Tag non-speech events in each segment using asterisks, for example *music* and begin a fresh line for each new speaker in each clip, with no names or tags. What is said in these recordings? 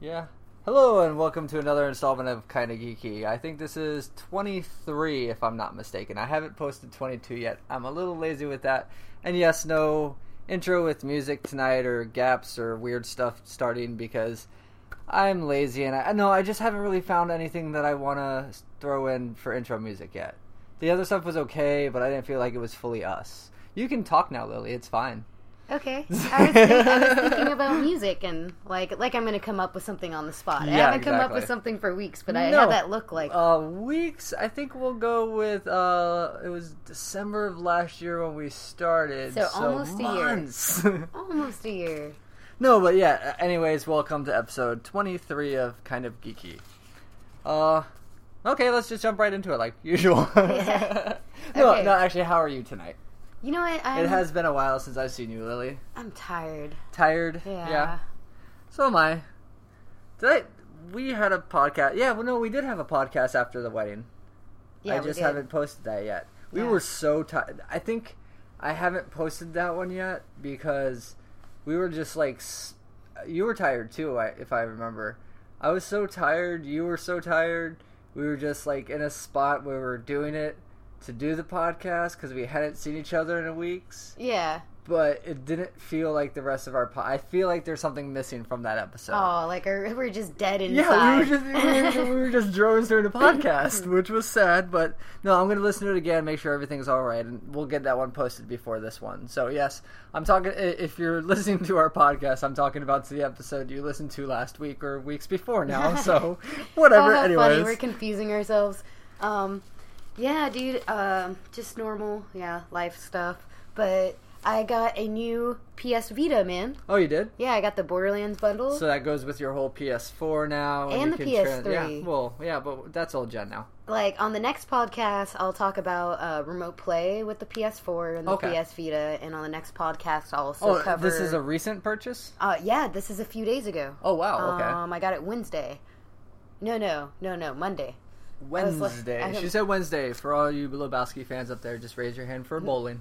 Yeah. Hello and welcome to another installment of Kinda Geeky. I think this is 23, if I'm not mistaken. I haven't posted 22 yet. I'm a little lazy with that. And yes, no intro with music tonight or gaps or weird stuff starting because I'm lazy and I no, I just haven't really found anything that I want to throw in for intro music yet. The other stuff was okay, but I didn't feel like it was fully us. You can talk now, Lily. It's fine.
Okay. I
*laughs*
was, think- I was thinking about music and like like I'm gonna come up with something on the spot. I
Yeah,
haven't come up
exactly.
with something for weeks, but I
No.
had that look like.
uh, weeks. I think we'll go with uh, it was December of last year when we started.
So almost a year.
months. *laughs* a year.
Almost a year.
no, but yeah. Anyways, welcome to episode twenty-three of Kind of Geeky. Uh, okay, let's just jump right into it like usual.
*laughs* Yeah.
*laughs* no,
Okay.
no, actually, how are you tonight?
You know what? I'm,
It has been a while since I've seen you, Lily.
I'm tired.
Tired?
Yeah.
So am I. Did I? We had a podcast. Yeah, well, no, we did have a podcast after the wedding.
Yeah,
I
we
just
did.
haven't posted that yet. We
Yeah.
were so tired. I think I haven't posted that one yet because we were just like, s- you were tired too, I- if I remember. I was so tired. You were so tired. We were just like in a spot where we were doing it to do the podcast because we hadn't seen each other in weeks,
Yeah.
but it didn't feel like the rest of our. Po- I feel like there's something missing from that episode.
Oh, like our, we're just dead inside. Oh,
Yeah, we were just we were,
*laughs*
just- we were just drones during the podcast, which was sad. But no, I'm going to listen to it again, make sure everything's all right, and we'll get that one posted before this one. So yes, I'm talking. i- If you're *laughs* listening to our podcast, I'm talking about the episode you listened to last week or weeks before now.
*laughs*
So
Oh,
whatever.
how funny.
Anyways,
We're confusing ourselves. Um, yeah, dude. Um, just normal. Yeah, life stuff. But I got a new PS Vita, man.
oh, you did.
Yeah, I got the Borderlands bundle.
So that goes with your whole PS4 now,
And
you
the
can tran-
PS3.
yeah, well, yeah, but that's old gen now.
like on the next podcast i'll talk about uh, remote play with the ps4 and the
Okay.
ps vita and on the next podcast i'll also
Oh,
cover
this is a recent purchase.
uh, yeah this is a few days ago
Oh wow, okay.
um i got it wednesday no no no no monday *laughs* was like-
Wednesday.
I
she
don't-
said Wednesday. For all you Lebowski fans up there, just raise your hand for bowling.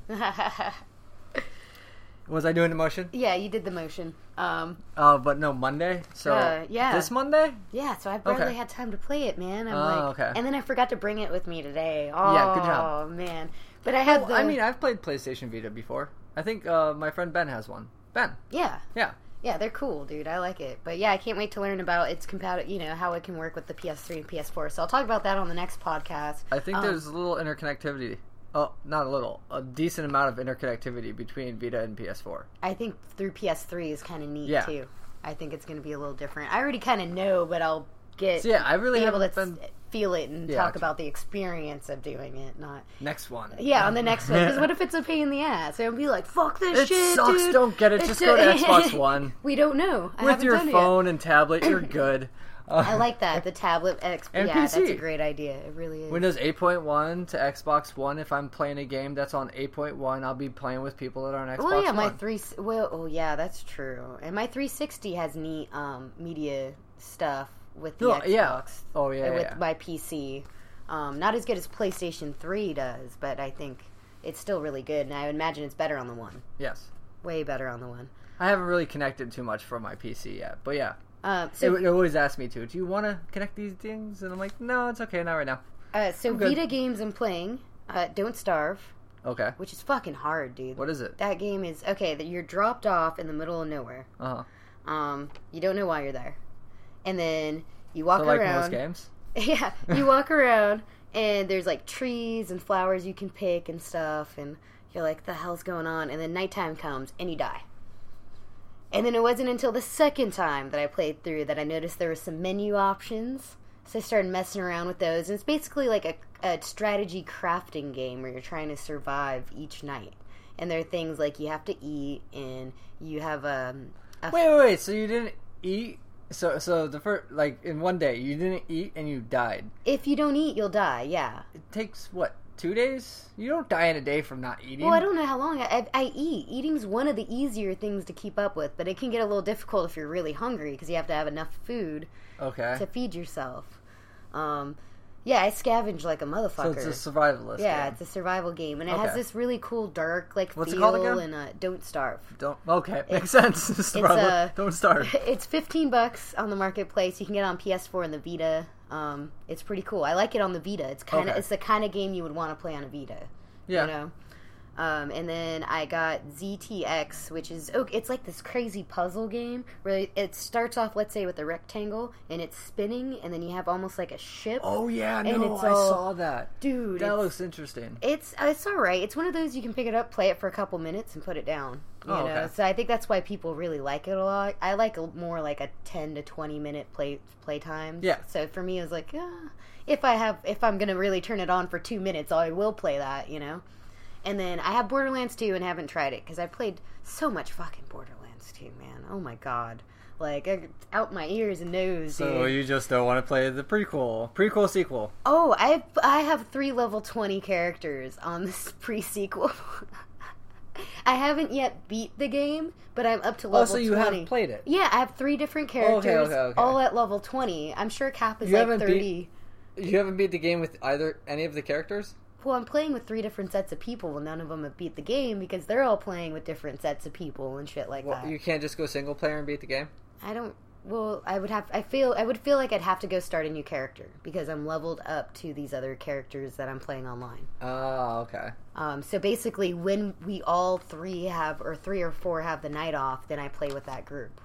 Was I doing a motion?
yeah you did the motion um
Uh, but no, Monday. So
Uh, yeah.
this Monday.
yeah so i barely
Okay.
had time to play it man i'm
Oh,
like
okay.
and then i forgot to bring it with me today oh
Yeah, good job.
man but i had the
I mean, I've played PlayStation Vita before. I think uh, my friend Ben has one. Ben.
yeah
Yeah.
Yeah, they're cool, dude. I like it. But yeah, I can't wait to learn about its compatible, you know, how it can work with the PS3 and PS4. So I'll talk about that on the next podcast.
I think
Um,
there's a little interconnectivity. Oh, not a little. A decent amount of interconnectivity between Vita and PS4.
I think through PS3 is kind of neat
Yeah.
too. I think it's going to be a little different. I already kind of know, but I'll get
So yeah, I really
be able to
haven't been.
s- feel it and
Yeah,
talk
it's-
about the experience of doing it. Not
Next one.
yeah, on the next
*laughs*
one. Because what if it's a pain in the ass? I'll be like, fuck this
It
shit,
sucks.
dude.
Don't get it.
It's
Just
*laughs*
go to
a-
Xbox One
We don't know. I
with
haven't
your
done it yet.
phone and tablet.
*clears throat*
You're good. Uh,
I like that the tablet X.
*laughs* And
yeah, that's
PC.
a great idea. It really is.
Windows 8.1 to Xbox One. If I'm playing a game that's on 8.1, I'll be playing with people that are on Xbox
Well, yeah, my
One.
three. Well, oh yeah, that's true. And my 360 has neat um, media stuff with the
No,
Xbox,
yeah. Oh yeah,
uh,
yeah,
with
yeah.
my PC. Um, not as good as PlayStation 3 does, but I think it's still really good. And I imagine it's better on the one.
yes.
Way better on the one.
I haven't really connected too much for my PC yet, but yeah,
Um,
it,
so,
it always asks me to. Do you want to connect these things? And I'm like, no, it's okay, not right now.
uh, so
I'm good.
Vita games I'm playing. Uh, Don't Starve,
Okay,
which is fucking hard, dude.
what is it?
That game is okay. That you're dropped off in the middle of nowhere.
Uh huh.
Um, you don't know why you're there, and then you walk
So like
around.
most games.
*laughs* Yeah, you walk around and there's like trees and flowers you can pick and stuff, and you're like, the hell's going on? And then nighttime comes and you die. And then it wasn't until the second time that I played through that I noticed there were some menu options. So I started messing around with those. And it's basically like a, a strategy crafting game where you're trying to survive each night. And there are things like you have to eat and you have um, a.
Wait, wait, wait. So you didn't eat? So, so the first, like in one day, you didn't eat and you died.
If you don't eat, you'll die, yeah.
It takes what? Two days? You don't die in a day from not eating.
Well, I don't know how long I, I, I eat. Eating's one of the easier things to keep up with, but it can get a little difficult if you're
Eh.
really hungry because you have to have enough food
Okay.
to feed yourself. Um, Yeah, I scavenge like a
So
motherfucker.
it's a survivalist.
yeah,
game.
it's a survival game, and it has
Okay.
this really cool dark like
What's it
feel
called again?
and uh, don't starve.
Don't okay, makes sense. *laughs* Survival-
uh,
don't starve.
*laughs* it's 15 bucks on the marketplace. You can get it on PS4 and the Vita. Um, it's pretty cool. I like it on the Vita. It's kind of
Okay.
it's the kind of game you would want to play on a Vita.
Yeah,
You know. Um, and then I got ZTX, which is oh, it's like this crazy puzzle game where it starts off, let's say, with a rectangle and it's spinning, and then you have almost like a ship.
Oh yeah,
And
no,
it's
I
all-
saw that.
Dude,
That
it's,
looks interesting.
it's uh, it's all right. It's one of those you can pick it up, play it for a couple minutes, and put it down. You
Oh,
know,
okay.
so I think that's why people really like it a lot. I like a, more like a ten to twenty minute play play time.
Yeah.
So for me, it was like, ah, if I have, if I'm gonna really turn it on for two minutes, I will play that. You know. And then I have Borderlands 2 and haven't tried it because I played so much fucking Borderlands 2, man. Oh my god. Like, I- out my ears and nose, dude.
So you just don't want to play the prequel, prequel sequel.
Oh, I I have three level twenty characters on this *laughs* pre sequel. I haven't yet beat the game, but I'm up to level
Oh, so you
twenty.
have played it.
yeah, I have three different characters,
okay.
all at level twenty. I'm sure Cap is
You
like
haven't beat-
thirty.
You haven't beat the game with either any of the characters.
Well, I'm playing with three different sets of people, and none of them have beat the game because they're all playing with different sets of people and shit like
Well,
that.
you can't just go single player and beat the game.
I don't. Well, I would have. I feel. I would feel like I'd have to go start a new character because I'm leveled up to these other characters that I'm playing online.
Oh, okay.
Um, so basically, when we all three have, or three or four have the night off, then I play with that group.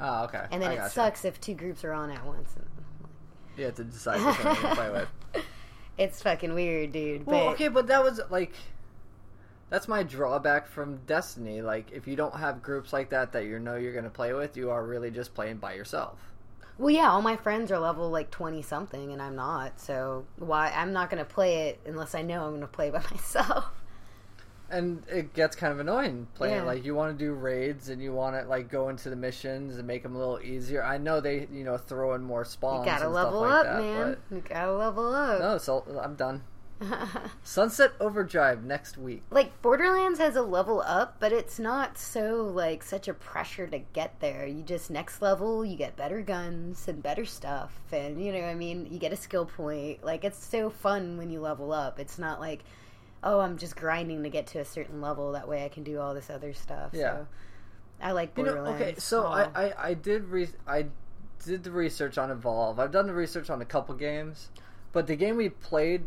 Oh, okay.
And then
I
it
gotcha.
sucks if two groups are on at once.
You have to decide which one you play
*laughs*
with.
It's fucking weird, dude. But
Well, okay, but that was like that's my drawback from Destiny. Like, if you don't have groups like that that you know you're going to play with, you are really just playing by yourself.
well, yeah, all my friends are level like twenty something, and I'm not. So why? I'm not gonna play it unless I know I'm gonna play by *laughs* myself.
And it gets kind of annoying playing.
Yeah.
Like, you want to do raids and you want to like go into the missions and make them a little easier. I know they, you know, throw in more spawns.
You gotta
and
level
stuff like
up,
that,
man. You gotta level
But
up.
no, so I'm *laughs* done. Sunset Overdrive next week.
like Borderlands has a level up, but it's not so like such a pressure to get there. You just next level, you get better guns and better stuff, and you know, what I mean, you get a skill point. Like it's so fun when you level up. It's not like, oh, I'm just grinding to get to a certain level. That way, I can do all this other stuff.
Yeah.
So I like
You know,
Borderlands.
okay, so
Oh.
I, I, I did re- I did the research on Evolve. I've done the research on a couple games, but the game we played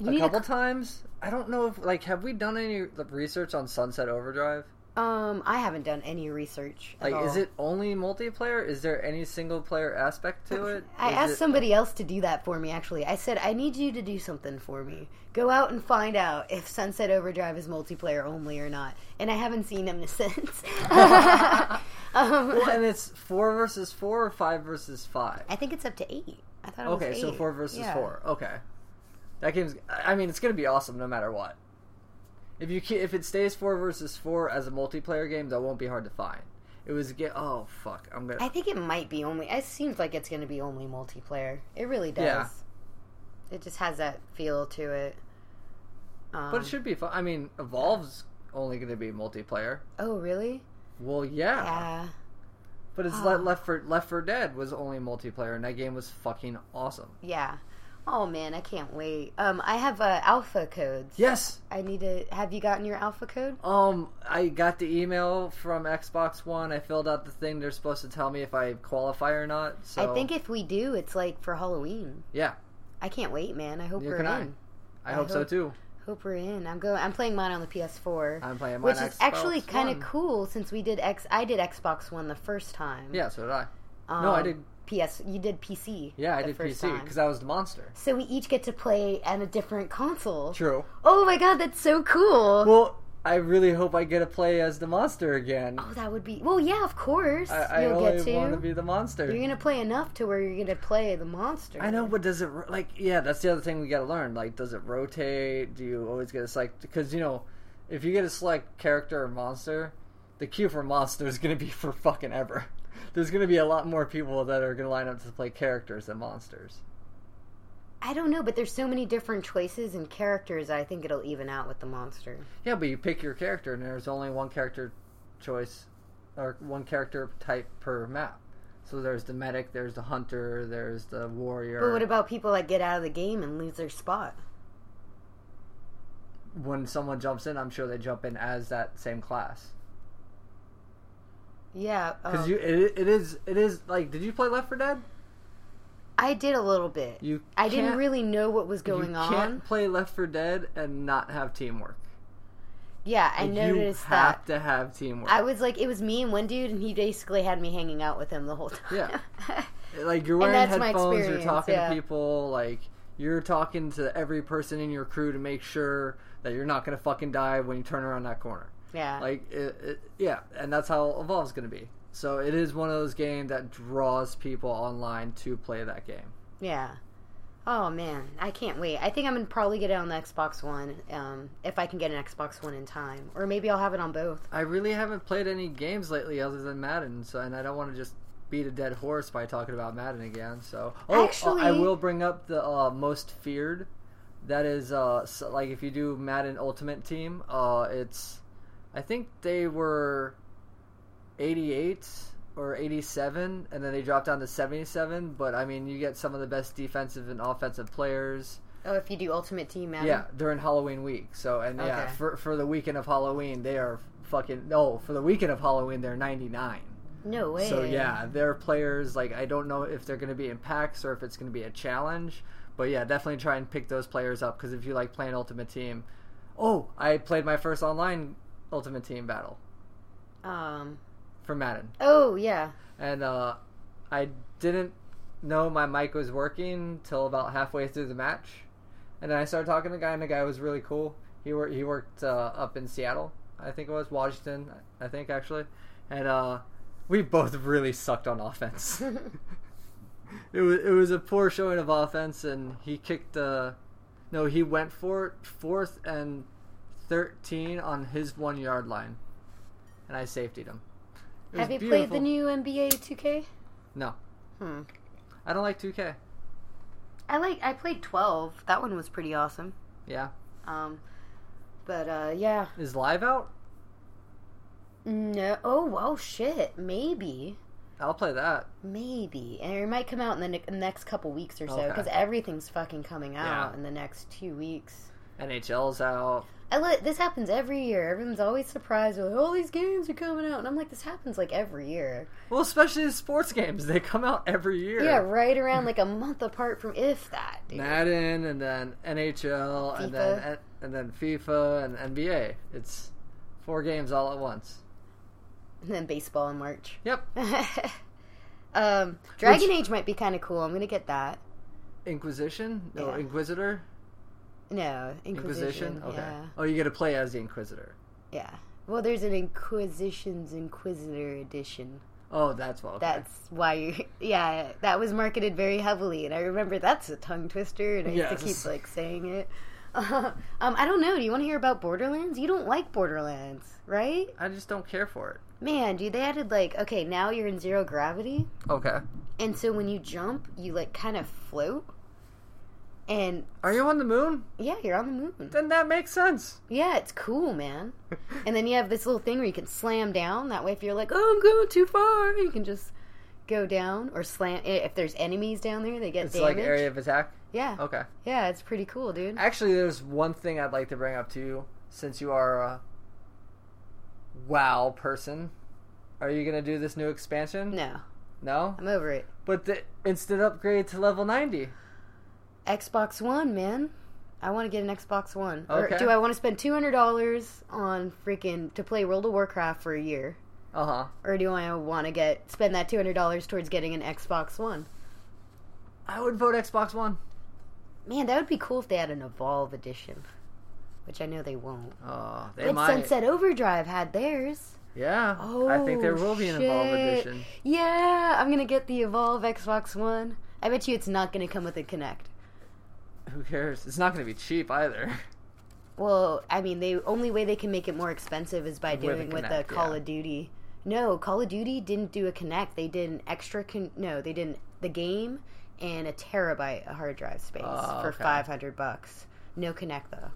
you
a
need
couple
a,
times. I don't know if like have we done any like, research on Sunset Overdrive?
um, I haven't done any research. at
Like, is
all.
it only multiplayer? Is there any single player aspect to it?
I
Is
asked
it-
somebody else to do that for me, actually. I said, I need you to do something for me. Go out and find out if Sunset Overdrive is multiplayer only or not. And I haven't seen him *laughs*
*laughs*
since. um,
Well, and it's four versus four or five versus five.
I think it's up to eight. I thought it was
Okay, so
eight.
four versus
Yeah.
four. Okay, that game's. I mean, it's gonna be awesome no matter what. If you ke- if it stays four versus four as a multiplayer game, that won't be hard to find. It was get. Oh fuck, I'm gonna.
I think it might be only. It seems like it's going to be only multiplayer. It really does.
Yeah.
It just has that feel to it. Um,
but it should be fun. I mean, Evolve's only gonna be multiplayer.
oh, really?
Well, yeah.
Yeah.
But it's
Ah.
like Left for Left for Dead was only multiplayer, and that game was fucking awesome.
Yeah. Oh, man, I can't wait. Um, I have uh, alpha codes.
Yes.
I need to. Have you gotten your alpha code?
Um, I got the email from Xbox One. I filled out the thing they're supposed to tell me if I qualify or not. So
I think if we do, it's like for Halloween.
yeah,
I can't wait, man. I hope
Neither
we're
can I.
in.
I,
I
hope, so
hope-
too.
Hope we're in. I'm going. I'm playing mine on the PS4,
I'm playing mine.
which is
Xbox
actually kind
One.
of cool since we did X. I did Xbox One the first time.
Yeah, so did I.
Um,
no, I did.
PS. You did PC.
Yeah, I
the
did
first
PC
time.
because I was the monster.
So we each get to play on a different console.
True.
Oh my god, that's so cool.
Well, I really hope I get to play as the monster again.
oh, that would be. Well, yeah, of course.
I, I
You'll
only
get to.
want to be the monster.
You're gonna play enough to where you're gonna play the monster.
I know, but does it ro- like? Yeah, that's the other thing we got to learn. Like, does it rotate? Do you always get a select? Because you know, if you get a select character or monster, the queue for monster is going to be *laughs* for fucking ever. There's going to be a lot more people that are going to line up to play characters than monsters.
I don't know, but there's so many different choices and characters. I think it'll even out with the monster.
Yeah, but you pick your character, and there's only one character choice or one character type per map. So there's the medic, there's the hunter, there's the warrior.
But what about people that get out of the game and lose their spot?
when someone jumps in? I'm sure they jump in as that same class.
Yeah,
Because
um,
you, it, it is, it is like, did you play Left 4 Dead?
I did a little bit.
You,
I didn't
can't-
really know what was going
you
on.
Can't play Left 4 Dead and not have teamwork.
Yeah, I
Like,
noticed
you
that.
have to have teamwork.
I was like, it was me and one dude, and he basically had me hanging out with him the whole time.
Yeah. like you're
And
wearing
that's my
headphones, you're
experience,
talking
yeah.
to people, like you're talking to every person in your crew to make sure that you're not gonna fucking die when you turn around that corner.
*laughs* yeah.
Like, it, it, yeah, and that's how Evolve's gonna be. So it is one of those games that draws people online to play that game.
yeah. Oh man, I can't wait. I think I'm gonna probably get it on the Xbox One, um, if I can get an Xbox One in time, or maybe I'll have it on both.
I really haven't played any games lately other than Madden, so and I don't want to just beat a dead horse by talking about Madden again. So, oh, uh, I
Actually-
will bring up the uh, most feared. That is, uh, s like if you do Madden Ultimate Team, uh, it's, I think they were, eighty-eight or eighty-seven, and then they dropped down to seventy-seven. But I mean, you get some of the best defensive and offensive players.
Oh, if you do Ultimate Team Madden.
Yeah, during Halloween week. So and yeah,
Um, Okay.
for for the weekend of Halloween, they are fucking no. For the weekend of Halloween, they're ninety nine.
No way.
So yeah, their players like I don't know if they're going to be in packs or if it's going to be a challenge. But yeah, definitely try and pick those players up because if you like playing Ultimate Team, oh, I played my first online Ultimate Team battle
Um.
for Madden,
Oh
*laughs*
yeah.
and uh, I didn't know my mic was working till about halfway through the match, and then I started talking to the guy, and the guy was really cool. He worked he worked uh, up in Seattle, I think it was Washington, I think actually, and uh, we both really sucked on
*laughs*
offense. it was it was a poor showing of offense, and he kicked uh, no, he went for it fourth and thirteen on his one yard line, and I safetied him. It was
Have you played
beautiful.
the new NBA 2K?
No,
Hmm.
I don't like 2K.
I like. I played 12. That one was pretty awesome.
Yeah,
Um. But uh, yeah.
is live out?
No. Oh, well, shit. Maybe.
I'll play that.
Maybe. And it might come out in the ne- next couple weeks or so
Okay.
because everything's fucking coming out
Yeah.
in the next two weeks.
NHL's out.
I look, this happens every year. Everyone's always surprised with all these games are coming out, and I'm like, this happens like every year.
Well, especially the sports games. They come out every year.
Yeah, right around like a month apart from if that. Dude.
Madden and then NHL and then and then FIFA and NBA. It's four games all at once.
*laughs* And then baseball in March.
Yep.
*laughs* um, Dragon Age might be kind of cool. I'm gonna get that.
Inquisition? No,
Yeah.
Inquisitor?
No, Inquisition.
Inquisition? Okay.
Yeah.
Oh, you get to play as the Inquisitor.
Yeah. Well, there's an Inquisition's Inquisitor edition.
Oh, that's what. Okay.
That's why you. *laughs* Yeah, that was marketed very heavily, and I remember that's a tongue twister, and I used to
Yes.
keep like saying it. *laughs* um, I don't know. Do you want to hear about Borderlands? You don't like Borderlands, right?
I just don't care for it.
Man, dude, they added like okay, now you're in zero gravity,
Okay.
and so when you jump, you like kind of float, and
Are you on the moon?
yeah, you're on the moon.
Then that makes sense.
Yeah, it's cool,
*laughs*
man. And then you have this little thing where you can slam down. That way, if you're like, oh, I'm going too far, you can just go down or slam. If there's enemies down there, they get
It's
damaged.
like area of attack.
yeah,
Okay.
yeah, it's pretty cool, dude.
Actually, there's one thing I'd like to bring up to you since you are a WoW person. Are you gonna do this new expansion?
No,
No?
I'm over it.
But the instant upgrade to level 90.
Xbox One, man. I want to get an Xbox One.
Okay.
Or do I want to spend two hundred dollars on freaking to play World of Warcraft for a year,
Uh huh.
or do I want to get spend that two hundred dollars towards getting an Xbox One?
I would vote Xbox One.
Man, that would be cool if they had an Evolve edition, which I know they won't.
Oh, they
But
might.
Sunset Overdrive had theirs. Oh,
Yeah. I think there will be an Evolve
shit.
edition.
Yeah, I'm gonna get the Evolve Xbox One. I bet you it's not gonna come with a Connect.
Who cares? It's not gonna be cheap either. *laughs*
Well, I mean, the only way they can make it more expensive is by
With a
doing with the
Kinect,
Call
yeah.
of Duty. No, Call of Duty didn't do a Connect. They did an extra. Con- no, they didn't the game and a terabyte of hard drive space
Oh,
for
okay.
five hundred bucks. No Connect though.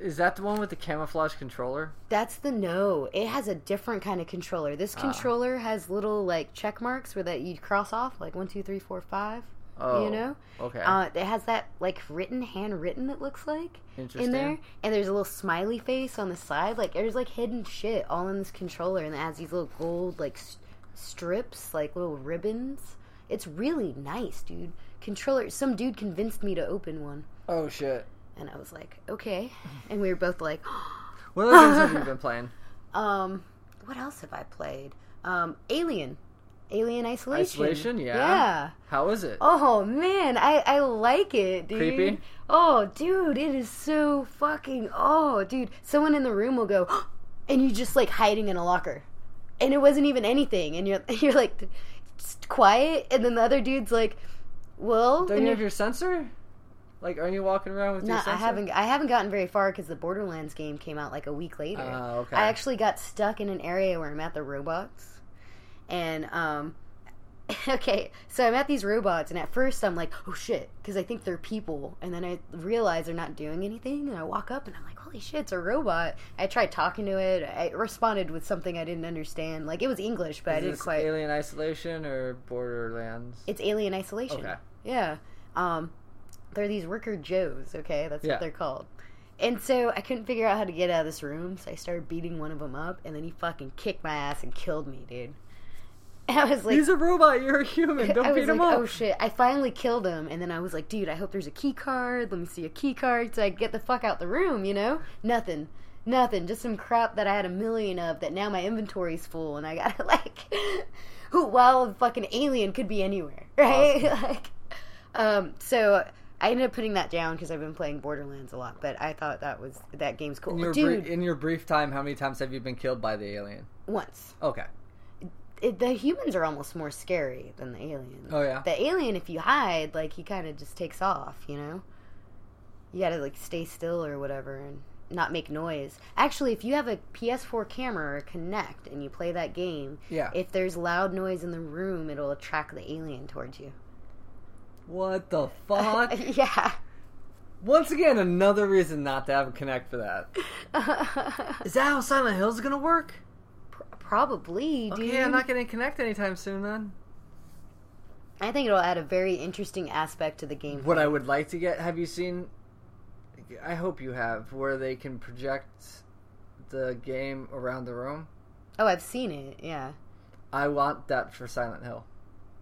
Is that the one with the camouflage controller?
That's the no. It has a different kind of controller. This
Ah.
controller has little like check marks where that you cross off like one, two, three, four, five.
Oh,
You know,
Okay.
uh, it has that like written, handwritten. It looks like
Interesting.
in there, and there's a little smiley face on the side. Like there's like hidden shit all in this controller, and it has these little gold like s strips, like little ribbons. It's really nice, dude. Controller. Some dude convinced me to open one,
Oh shit.
and I was like,
*laughs*
okay. And we were both like, *gasps*
What other games have you been playing?
Um, what else have I played? Um, Alien, Alien Isolation.
Isolation, yeah.
Yeah.
How is it?
Oh man, I I like it, dude.
Creepy?
Oh, dude, it is so fucking. Oh, dude, someone in the room will go, *gasps* and you just like hiding in a locker, and it wasn't even anything, and you're *laughs* you're like just quiet, and then the other dude's like, well, and
Don't you
you're-
have your sensor? Like, are you walking around with
no,
your sensor?
I haven't. I haven't gotten very far because the Borderlands game came out like a week later.
Oh, okay.
I actually got stuck in an area where I'm at the robots, and um, *laughs* okay, so I'm at these robots, and at first I'm like, oh shit, because I think they're people, and then I realize they're not doing anything, and I walk up and I'm like, holy shit, it's a robot. I tried talking to it. I it responded with something I didn't understand. Like it was English, but I
Is
didn't
this
quite.
Alien Isolation or Borderlands?
It's Alien Isolation.
Okay.
Yeah. Um, they're these worker Joes, okay? That's
Yeah.
what they're called. And so I couldn't figure out how to get out of this room, so I started beating one of them up, and then he fucking kicked my ass and killed me, dude. *laughs* And I was like,
He's a robot. You're a *laughs* human.
*laughs*
Don't
I was
beat him
like,
up.
oh shit. I finally killed him, and then I was like, dude, I hope there's a key card. Let me see a key card so I can get the fuck out the room, you know? Nothing. Nothing. Just some crap that I had a million of that now my inventory's full, and I gotta, *laughs* like, who, while a fucking alien could be anywhere, *laughs* right? like, um, so. I ended up putting that down because I've been playing Borderlands a lot, but I thought that was that game's cool.
in, your
Dude,
brie- in your brief time, how many times have you been killed by the alien?
once
Okay.
it, the humans are almost more scary than the aliens.
Oh, yeah.
the alien if you hide like he kind of just takes off you know you gotta like stay still or whatever and not make noise actually if you have a ps4 camera or connect and you play that game
Yeah.
if there's loud noise in the room it'll attract the alien towards you *laughs*
What the fuck?
yeah *laughs*
Once again, another reason not to have a connect for that. Is that how Silent Hill's gonna work?
probably dude
Okay, I'm not getting connect anytime soon then.
i think it'll add a very interesting aspect to the game
What I would like to get, have you seen? I hope you have, where they can project the game around the room.
oh i've seen it yeah
I want that for Silent Hill.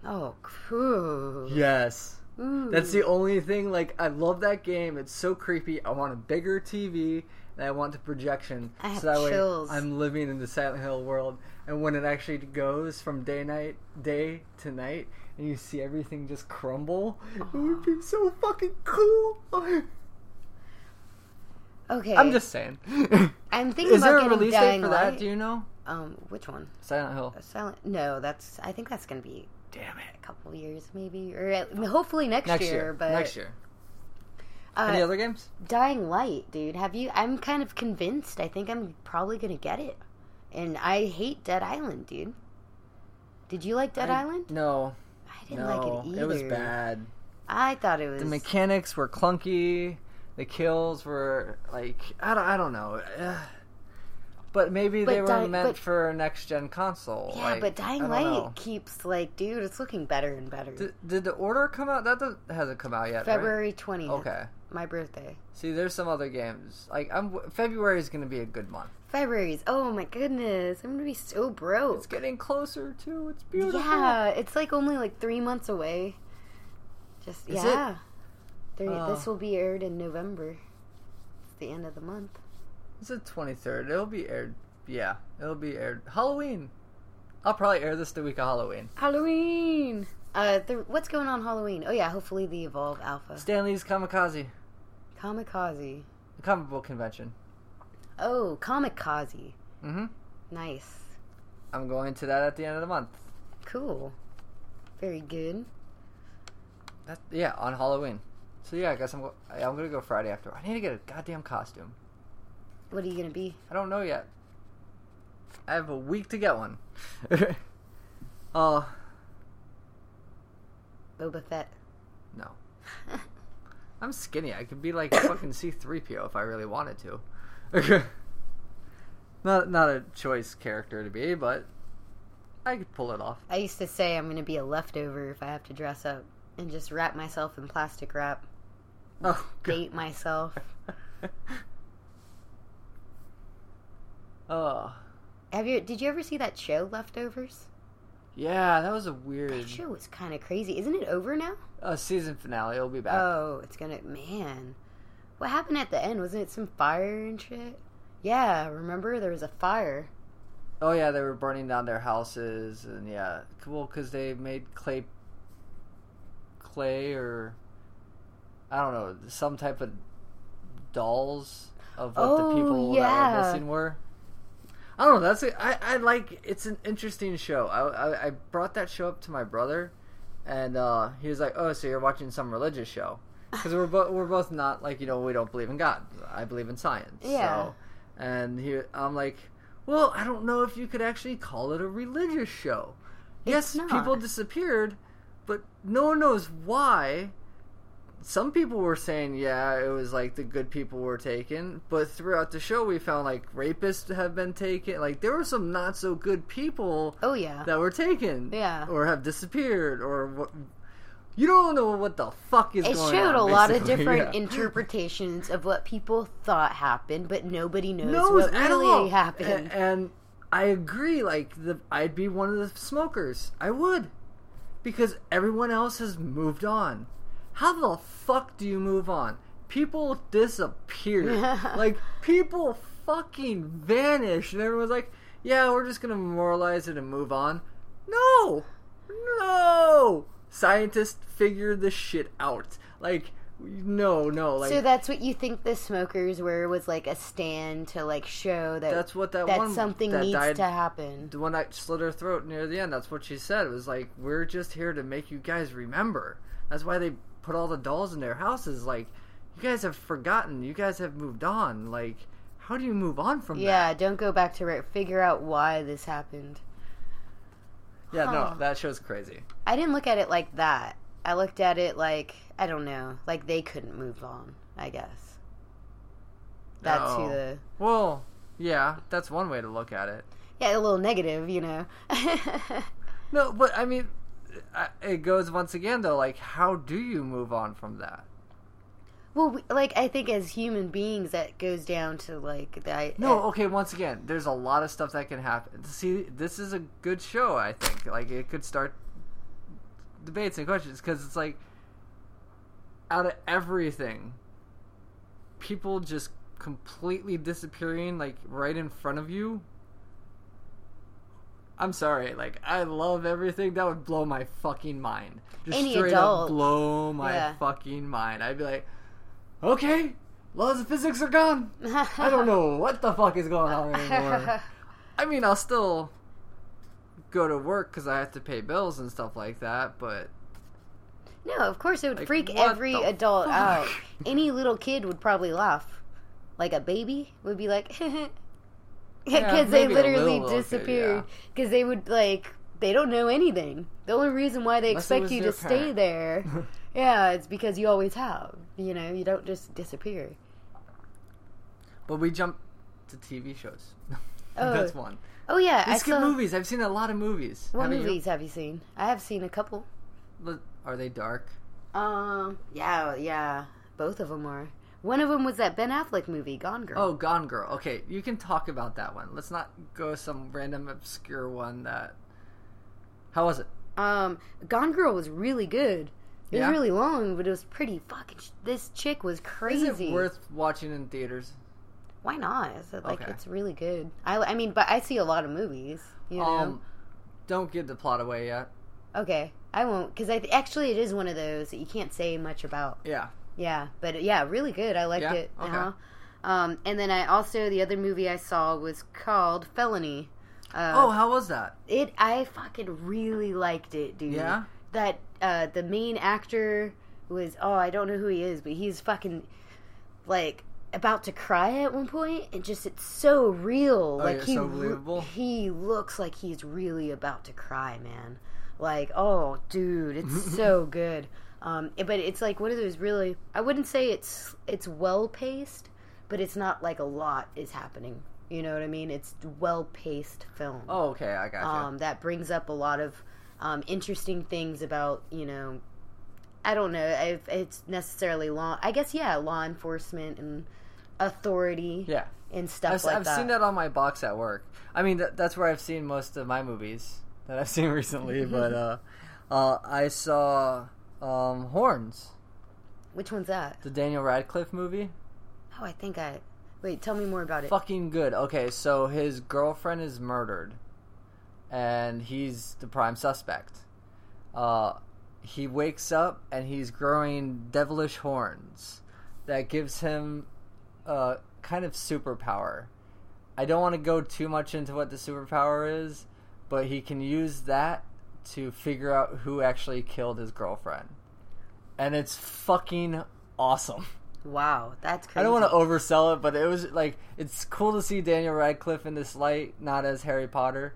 oh cool
Yes.
Ooh.
That's the only thing. Like, I love that game. It's so creepy. I want a bigger TV and I want the projection.
I have
so that
chills.
way I'm living in the Silent Hill world. And when it actually goes from day night, day to night, and you see everything just crumble, it would be so fucking cool.
okay
I'm just saying. *laughs*
i'm thinking
Is
about
there a
getting
release date
Dying
for
Light.
that? Do you know?
um which one
Silent Hill.
A Silent. No, that's. I think that's going to be
Damn it.
a couple years, maybe, or at, hopefully next,
Next
year,
year.
But
Next year.
Uh,
Any other games?
Dying Light, dude. Have you? I'm kind of convinced. I think I'm probably going to get it. And I hate Dead Island, dude. Did you like Dead
I-
Island?
No.
I didn't
No.
like it either.
it was bad.
I thought it was.
the mechanics were clunky the kills were like i don't, I don't know Ugh. but maybe
But
they were
Di-
meant
but-
for a next gen console
yeah,
like,
but
I
Dying
don't
Light
know.
keeps like, dude, it's looking better and better.
Did, did the order come out that doesn't, hasn't come out yet right?
February twentieth,
okay
my birthday.
see there's some other games like i'm february is gonna be a good month
February's. Oh my goodness, I'm gonna be so broke.
it's getting closer too it's beautiful
Yeah, it's like only like three months away. Just
Is it?
yeah. Three,
Oh.
This will be aired in November. It's the end of the month.
it's the 23rd it'll be aired yeah it'll be aired halloween i'll probably air this the week of halloween
Halloween. Uh, the, what's going on Halloween? Oh yeah, hopefully the Evolve Alpha
stanley's kamikaze
Kamikaze.
comic book convention
Oh, Kamikaze.
mm-hmm
Nice,
I'm going to that at the end of the month.
cool, very good.
That, yeah, on Halloween. So yeah, I guess I'm go- I- I'm gonna go Friday after. I need to get a goddamn costume.
What are you gonna be?
I don't know yet. I have a week to get one. *laughs* Oh
Boba Fett.
no. I'm skinny. I could be *coughs* like fucking C3PO if I really wanted to. *laughs* not not a choice character to be, but I could pull it off.
I used to say I'm going to be a leftover if I have to dress up and just wrap myself in plastic
*laughs*
wrap,
Oh, God.
date myself.
*laughs* oh.
Have you? Did you ever see that show Leftovers?
Yeah, that was a weird
That show was kind of crazy. Isn't it over now?
uh, season finale. It'll be back.
Oh, it's gonna man. What happened at the end? Wasn't it some fire and shit? Yeah, remember there was a fire.
oh yeah, they were burning down their houses, and yeah, cool because they made clay, clay or I don't know, some type of dolls of what the
Oh,
people that
yeah.
were missing were. I don't know. That's a, I, I like. It's an interesting show. I, I I brought that show up to my brother, and uh, he was like, "Oh, so you're watching some religious show?" Because we're both we're both not like you know we don't believe in God. I believe in science.
Yeah.
So, and he, I'm like, well, I don't know if you could actually call it a religious show.
It's
yes,
not.
people disappeared, but no one knows why. Some people were saying, yeah, it was like the good people were taken, but throughout the show, we found like rapists have been taken. Like there were some not so good people
Oh yeah.
that were taken,
Yeah.
or have disappeared, or what. You don't know what the fuck is
It
going on.
showed a lot of
basically, *laughs*
different
yeah.
interpretations of what people thought happened, but nobody knows
knows
what
at
really
all.
happened.
A- and I agree. Like the, I'd be one of the smokers. I would, because everyone else has moved on. How the fuck do you move on? People
*laughs*
disappear. like people fucking vanish, and everyone's like, "Yeah, we're just gonna moralize it and move on." No, no. Scientists figured this shit out. Like, no, no. Like
so that's what you think the smokers were was like a stand to like show that
that's what that,
that
one
something
that
needs
died
to happen.
the one that slit her throat near the end. That's what she said. It was like, we're just here to make you guys remember. That's why they put all the dolls in their houses. Like, you guys have forgotten. You guys have moved on. Like, how do you move on from that?
Yeah, don't go back to right. Figure out why this happened.
Yeah,
Huh.
no, that show's crazy.
I didn't look at it like that. I looked at it like I don't know, like they couldn't move on. I guess that's
Oh.
who the
Well, yeah, that's one way to look at it.
yeah a little negative, you know. *laughs*
No, but I mean, I- it goes once again though. Like, how do you move on from that?
well, we, like I think as human beings, that goes down to like the I, *laughs*
No, okay, once again, there's a lot of stuff that can happen. See, this is a good show, I think. Like, it could start debates and questions because it's like, out of everything, people just completely disappearing, like, right in front of you. I'm sorry, like, I love everything. That would blow my fucking mind. Just
Any
straight up
adult.
blow my
Yeah.
fucking mind. I'd be like, okay, laws of physics are gone. I don't know what the fuck is going on
*laughs*
anymore. I mean, I'll still go to work because I have to pay bills and stuff like that, but
no, of course it would
Like,
freak
what
every
the
adult
fuck?
out. Any little kid would probably laugh. Like a baby would be like, *laughs* because they
maybe a
literally
little kid,
disappeared. Because they would like they don't know anything. The only reason why they
Unless it was
expect you
their
to stay
parent. *laughs*
there Yeah, it's because you always have. You know, you don't just disappear.
but we jump to TV shows. *laughs*
Oh.
That's one.
Oh yeah,
We
I
skip
saw.
movies. I've seen a lot of movies.
What
Haven't you?
movies have you seen? I have seen a couple.
Look, Are they dark?
Um, yeah, yeah, both of them are. One of them was that Ben Affleck movie, Gone Girl.
Oh, Gone Girl. Okay, you can talk about that one. Let's not go some random obscure one that. How was it?
Um, Gone Girl was really good. It was
Yeah?
really long, but it was pretty fucking. Ch- this chick was
Is
crazy.
it worth watching in theaters?
Why not? It's like
Okay.
it's really good. I, I mean, but I see a lot of movies. You know.
Um, don't give the plot away yet.
okay, I won't because I th- actually it is one of those that you can't say much about.
Yeah.
Yeah, but yeah, really good. I liked
Yeah?
it.
Okay.
Uh-huh. Um, and then I also the other movie I saw was called Felony. Uh,
Oh, how was that?
it I fucking really liked it, dude.
Yeah?
that uh, the main actor was oh I don't know who he is, but he's fucking like about to cry at one point and just it's so real like
Oh, yeah,
he
so
re-
believable.
he looks like
*laughs*
he's really about to cry man like oh dude it's so good Um, it- but it's like one of those really. I wouldn't say it's it's well paced, but it's not like a lot is happening. You know what I mean? It's well paced film
Oh, okay, I got you.
um, that brings up a lot of um, interesting things about you know i don't know if it's necessarily law i guess yeah law enforcement and authority
yeah,
and stuff
I've,
like
I've
that
seen that on my box at work. I mean, that, that's where I've seen most of my movies *laughs* that I've seen recently. but uh, uh, I saw um, Horns,
which one's that
the Daniel Radcliffe movie.
oh i think i wait tell me more about it
Fucking good. Okay, so his girlfriend is murdered, and he's the prime suspect. Uh, he wakes up and he's growing devilish horns that gives him a kind of superpower. I don't want to go too much into what the superpower is, but he can use that to figure out who actually killed his girlfriend. And it's fucking awesome.
wow that's crazy
I don't want to oversell it, but it was like it's cool to see Daniel Radcliffe in this light, not as Harry Potter.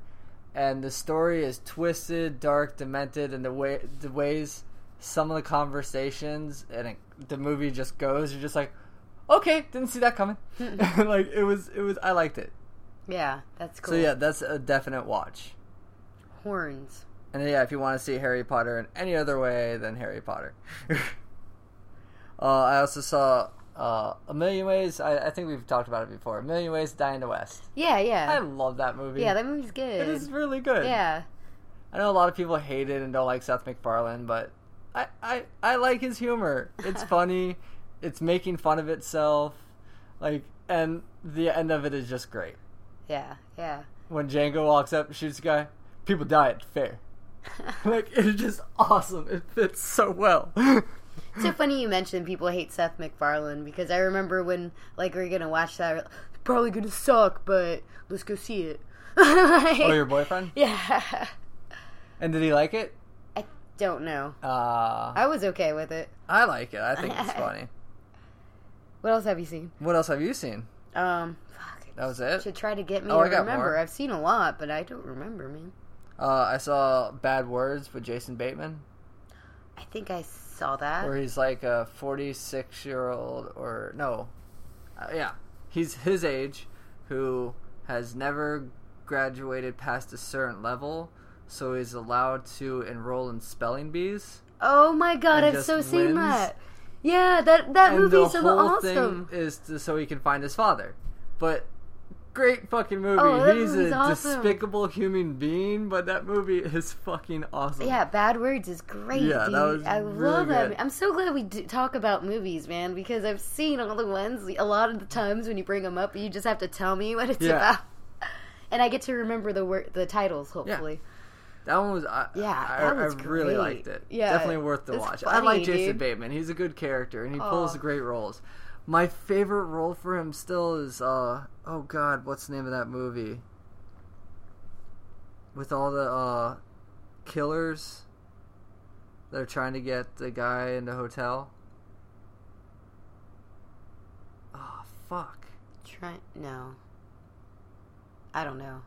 And the story is twisted, dark, demented, and the way the ways some of the conversations and it, the movie just goes. You're just like, okay, didn't see that coming. *laughs* like it was, it was. I liked it.
yeah that's cool
So yeah, that's a definite watch.
horns
And yeah, if you want to see Harry Potter in any other way than Harry Potter. *laughs* uh, I also saw uh, A Million Ways. I, I think we've talked about it before. A Million Ways to Die in the West.
yeah
I
yeah
love that movie.
yeah that movie's good
it is really good.
yeah
I know a lot of people hate it and don't like Seth MacFarlane, but I, I, I like his humor.
*laughs*
It's funny. it's making fun of itself. Like, and the end of it is just great.
yeah yeah
When Django walks up, shoots a guy. People die at fair. like it's just awesome. It fits so well. Oh,
It's so funny you mentioned people hate Seth MacFarlane because I remember when like we are gonna watch that, we're like, "It's probably gonna suck, but let's go see it. *laughs*
oh, your boyfriend?
yeah, *laughs*
And did he like it?
I don't know.
Uh,
I was okay with it.
I like it. I think it's funny.
What else have you seen?
What else have you seen?
Um, fuck,
That was
I
it.
should try to get me
Oh, I
to
got
remember.
more.
I've seen a lot, but I don't remember, man.
Uh, I saw Bad Words with Jason Bateman,
I think I saw that.
where he's like a 46 year old, or no, uh, yeah, he's his age, who has never graduated past a certain level, so he's allowed to enroll in spelling bees.
oh my god,
and
I've
just
so seen
wins.
that. Yeah, that that
and the
movie's so
whole
awesome.
thing is to, so he can find his father. But great fucking movie.
Oh, that
He's
movie's
a
awesome.
despicable human being, but that movie is fucking awesome.
Yeah, Bad Words is great,
Yeah,
dude.
that was
I
really
love that.
good.
I'm so glad we do talk about movies, man, because I've seen all the ones. A lot of the times when you bring them up, you just have to tell me what it's
Yeah.
about, *laughs* and I get to remember the wor- the titles. Hopefully,
That one was. I,
Yeah,
I,
that
I
was
really
great.
liked it.
Yeah,
definitely worth the
it's
watch. I
funny,
like Jason
dude.
Bateman. He's a good character and he pulls
Aw.
great roles. My favorite role for him still is. uh Oh God, what's the name of that movie? With all the uh killers, they're trying to get the guy in the hotel. Oh fuck!
Trent. No, I don't know.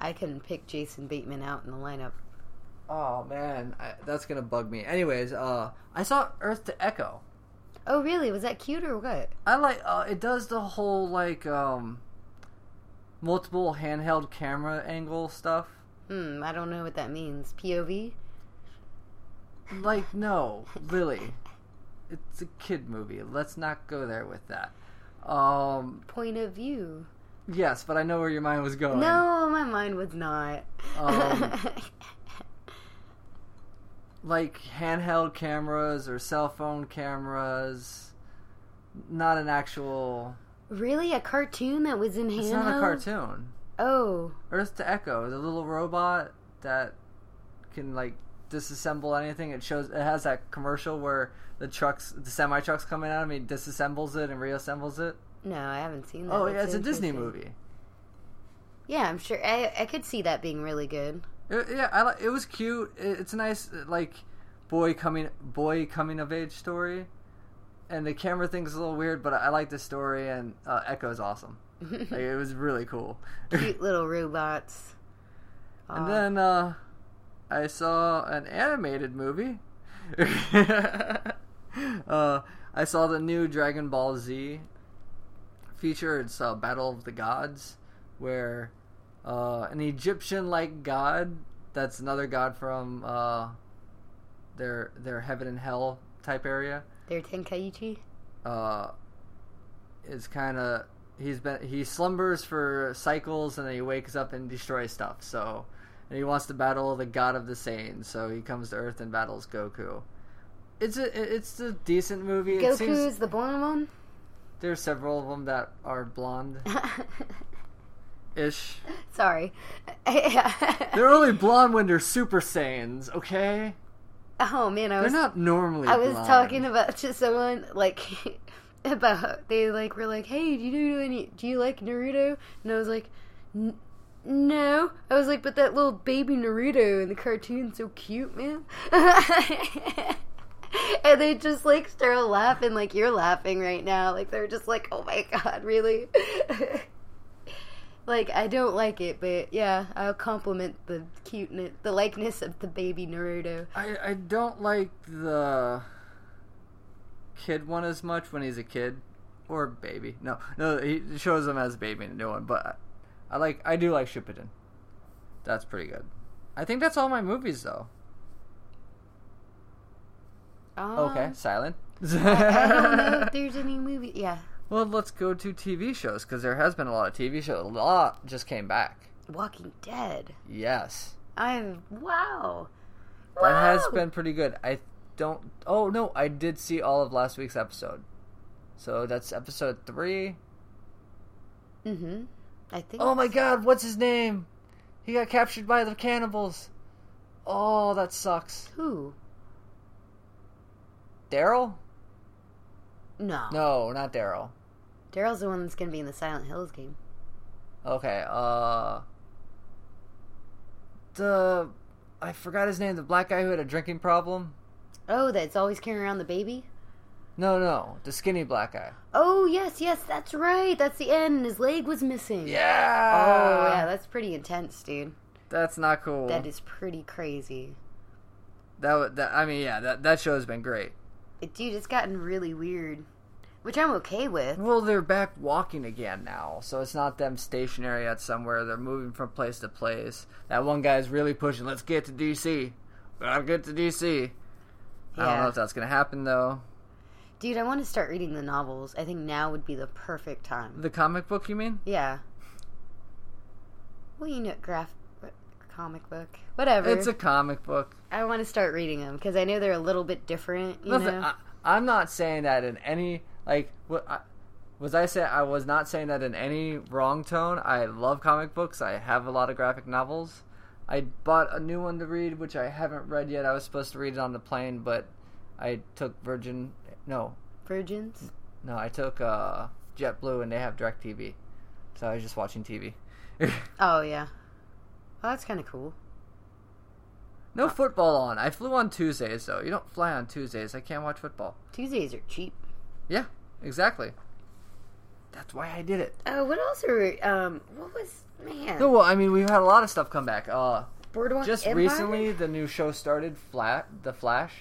I couldn't pick Jason Bateman out in the lineup.
Oh man, I, that's gonna bug me. Anyways, uh, I saw Earth to Echo.
Oh, really? Was that cute or what?
I like uh, it does the whole like um multiple handheld camera angle stuff.
Hmm, I don't know what that means. POV.
Like no, really. It's a kid movie. Let's not go there with that. Um
Point of view.
yes, but I know where your mind was going.
No, my mind was not. *laughs*
Um, Like handheld cameras or cell phone cameras. Not an actual
Really, a cartoon that was in handheld?
It's not a cartoon.
Oh,
Earth to Echo, the little robot that can like disassemble anything. It shows it has that commercial where the trucks, the semi trucks coming out of me, disassembles it and reassembles it.
no, I haven't seen that.
Oh yeah,
That's
it's a Disney
interesting.
movie.
Yeah, I'm sure. I I could see that being really good.
It, yeah, I li- it was cute. It, it's a nice uh, like boy coming boy coming of age story, and the camera thing's a little weird, but I, I like the story and uh, Echo's awesome. like, it was really cool.
*laughs* Cute little robots. Aw.
uh, And then uh, I saw an animated movie *laughs* uh, I saw the new Dragon Ball Z feature. It's uh, Battle of the Gods, where uh, an Egyptian-like god that's another god from uh, their their heaven and hell type area
They're Tenkaichi.
uh, is kind of he's been he slumbers for cycles and then he wakes up and destroys stuff. So and he wants to battle the god of the Saiyans. So he comes to Earth and battles Goku. It's a it's a decent movie. It
Goku's
seems
the blonde one.
there's several of them that are blonde ish.
*laughs* Sorry. *laughs*
They're only blonde when they're Super Saiyans, okay?
oh man, I
They're
was
not normally.
I was
blonde.
talking about to someone like *laughs* about they like were like, "Hey, do you do any? Do you like Naruto?" And I was like, N- "No." I was like, "But that little baby Naruto in the cartoon's so cute, man." *laughs* and they just like start laughing, like you're laughing right now. Like they're just like, "Oh my god, really?" *laughs* like I don't like it, but yeah, I'll compliment the cuteness, the likeness of the baby Naruto.
I I don't like the kid one as much when he's a kid or baby. No, no, he shows him as a baby in a new one. But I like I do like Shippuden. That's pretty good. I think that's all my movies though. okay,
Um,
silent.
I don't
*laughs*
know if there's any movie. Yeah.
well, let's go to TV shows because there has been a lot of TV shows. A lot just came back.
Walking Dead.
Yes,
I'm wow.
that has
Wow.
been pretty good. I don't. Oh no, I did see all of last week's episode. So that's episode three.
Mhm. I think.
Oh my god, what's his name? He got captured by the cannibals. Oh, that sucks.
Who?
Daryl?
No.
No, not Daryl.
Daryl's the one that's gonna be in the Silent Hills game.
Okay, uh. The. I forgot his name, the black guy who had a drinking problem?
Oh, that's always carrying around the baby.
No, no, the skinny black guy.
Oh yes, yes, that's right. That's the end. and His leg was missing.
Yeah!
Oh yeah, that's pretty intense, dude.
That's not cool.
That is pretty crazy.
That, wa- that I mean, yeah, that, that show's been great.
But, dude, it's gotten really weird, which I'm okay with.
Well, they're back walking again now, so it's not them stationary at somewhere. They're moving from place to place. That one guy's really pushing. Let's get to DC. We gotta get to DC. I don't know
Yeah.
if that's gonna happen though.
Dude, I want to start reading the novels. I think now would be the perfect time.
The comic book, you mean?
Yeah. Well, you know, graph, comic book, whatever.
It's a comic book.
I want to start reading them because I know they're a little bit different. You
Listen,
know,
I, I'm not saying that in any like what I, was I say I was not saying that in any wrong tone. I love comic books. I have a lot of graphic novels. I bought a new one to read, which I haven't read yet. I was supposed to read it on the plane, but I took Virgin. No,
virgins.
no, I took uh, JetBlue, and they have DirecTV, so I was just watching TV.
Oh yeah. Well, that's kind of cool. Uh.
no football on. I flew on Tuesdays though. You don't fly on Tuesdays. I can't watch football.
Tuesdays are cheap.
Yeah, exactly. That's why I did it.
Oh, what else are um? What was man?
No, well, I mean, we've had a lot of stuff come back. Uh,
Boardwalk
just
Empire?
recently, the new show started, Flat, The Flash,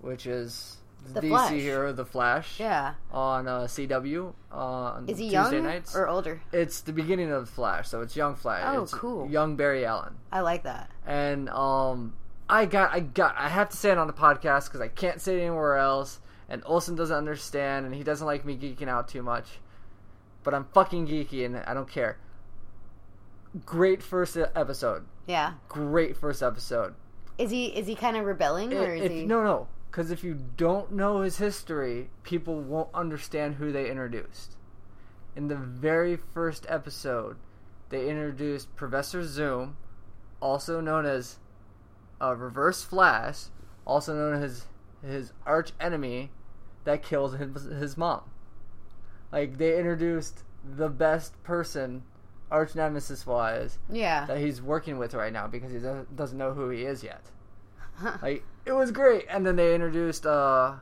which is
The
DC
Flash.
hero, The Flash,
Yeah.
on uh, CW uh, on
Is he
Tuesday
young
nights.
or older?
it's the beginning of Flash, so it's young Flash.
Oh,
It's
cool.
Young Barry Allen,
I like that.
and um, I got, I got, I have to say it on the podcast because I can't say it anywhere else. And Olson doesn't understand, and he doesn't like me geeking out too much. But I'm fucking geeky, and I don't care. Great first e-, episode
Yeah.
great first episode.
Is he is he kind of rebelling or is
If-
he?
No, no, because if you don't know his history, people won't understand who they introduced. In the very first episode, they introduced Professor Zoom, also known as uh, Reverse Flash, also known as his arch enemy that killed his, his mom. Like they introduced the best person, arch nemesis wise,
Yeah.
that he's working with right now because he doesn't doesn't know who he is yet. Like it was great, and then they introduced uh,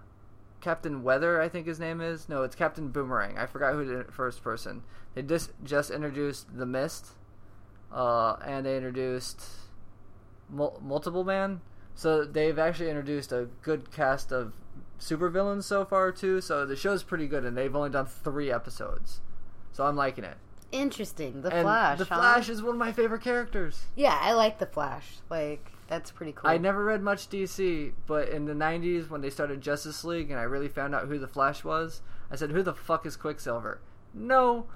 Captain Weather, I think his name is. No, it's Captain Boomerang. I forgot who the first person. They just just introduced the Mist, uh, and they introduced mul- Multiple Man. So they've actually introduced a good cast of supervillains so far too. So the show's pretty good, and they've only done three episodes. So I'm liking it.
Interesting. The
and
Flash.
The
huh?
Flash is one of my favorite characters.
Yeah, I like the Flash. Like that's pretty cool.
I never read much DC, but in the 90s when they started Justice League and I really found out who the Flash was, I said, Who the fuck is Quicksilver? No,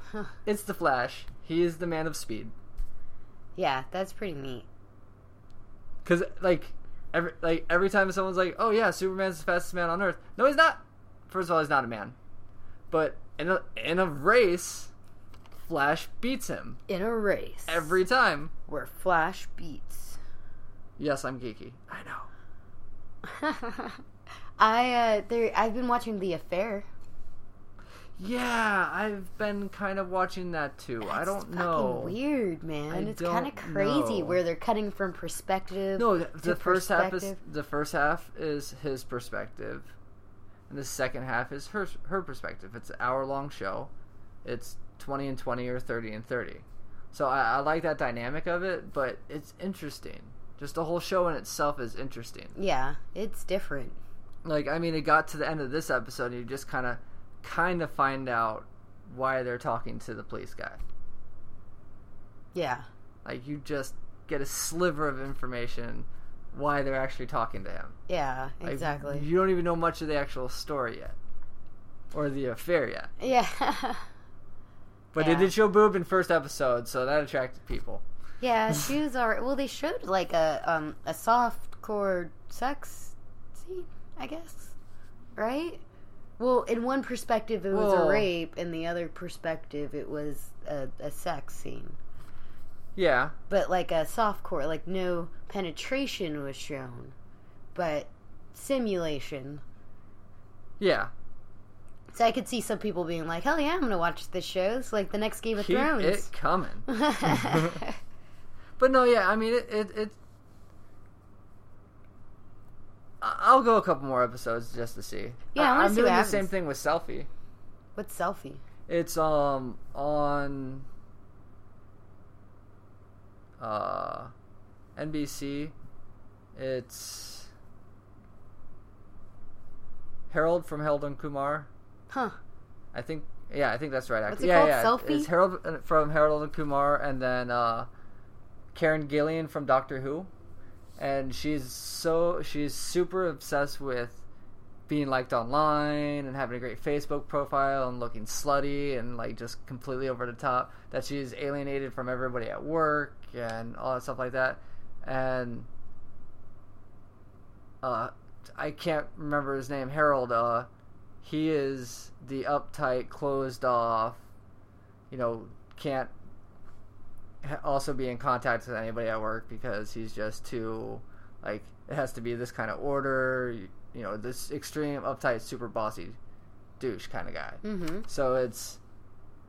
it's the Flash. He is the man of speed.
yeah, that's pretty neat.
Because, like, every, like, every time someone's like, Oh, yeah, Superman's the fastest man on Earth. No, he's not. First of all, he's not a man. But in a, in a race, Flash beats him
In a race
every time.
where Flash beats. *laughs*
Yes, I'm geeky. I know.
I uh, there. I've been watching The Affair.
Yeah, I've been kind of watching that too. I
It's
don't
fucking
know.
Weird man.
I
it's
don't
kind of crazy
know.
where they're cutting from perspective.
No, the,
to
the first half is
perspective.
the first half is his perspective, and the second half is her her perspective. It's an hour long show. It's twenty and twenty or thirty and thirty. So I, I like that dynamic of it, but it's interesting. Just the whole show in itself is interesting.
Yeah, it's different.
Like I mean, it got to the end of this episode, and you just kind of kind of find out why they're talking to the police guy.
Yeah,
Like you just get a sliver of information why they're actually talking to him.
yeah,
Like,
exactly.
you don't even know much of the actual story yet, or the affair yet.
*laughs* yeah, *laughs*
But
Yeah.
they did show boob in first episode, so that attracted people.
yeah. She was alright. Well, they showed like a um a soft core sex scene, I guess, right? Well, in one perspective it was
Well-
a rape, in the other perspective it was a, a sex scene.
Yeah,
but like a soft core, like no penetration was shown, but simulation.
yeah.
So I could see some people being like, "Hell yeah, I'm gonna watch this show." It's like the next Game of
Keep it
Thrones.
coming. *laughs*
*laughs*
But no, yeah. I mean, it. it, it I- I'll go a couple more episodes just to see.
Yeah, I wanna
am
see
doing
what
the
happens.
same thing with selfie.
What's selfie?
It's um on uh NBC. It's Harold from Harold and Kumar.
Huh?
I think yeah, I think that's right.
What's
Actually,
it
yeah,
called?
yeah.
Selfie?
It's Harold uh, from Harold and Kumar, and then uh, Karen Gillian from Doctor Who, and she's so she's super obsessed with being liked online and having a great Facebook profile and looking slutty and like just completely over the top that she's alienated from everybody at work and all that stuff like that, and uh, I can't remember his name. Harold. Uh, he is the uptight, closed off, you know, can't ha- also be in contact with anybody at work because he's just too, like, it has to be this kind of order, you, you know, this extreme, uptight, super bossy douche kind of guy.
Mm-hmm.
So it's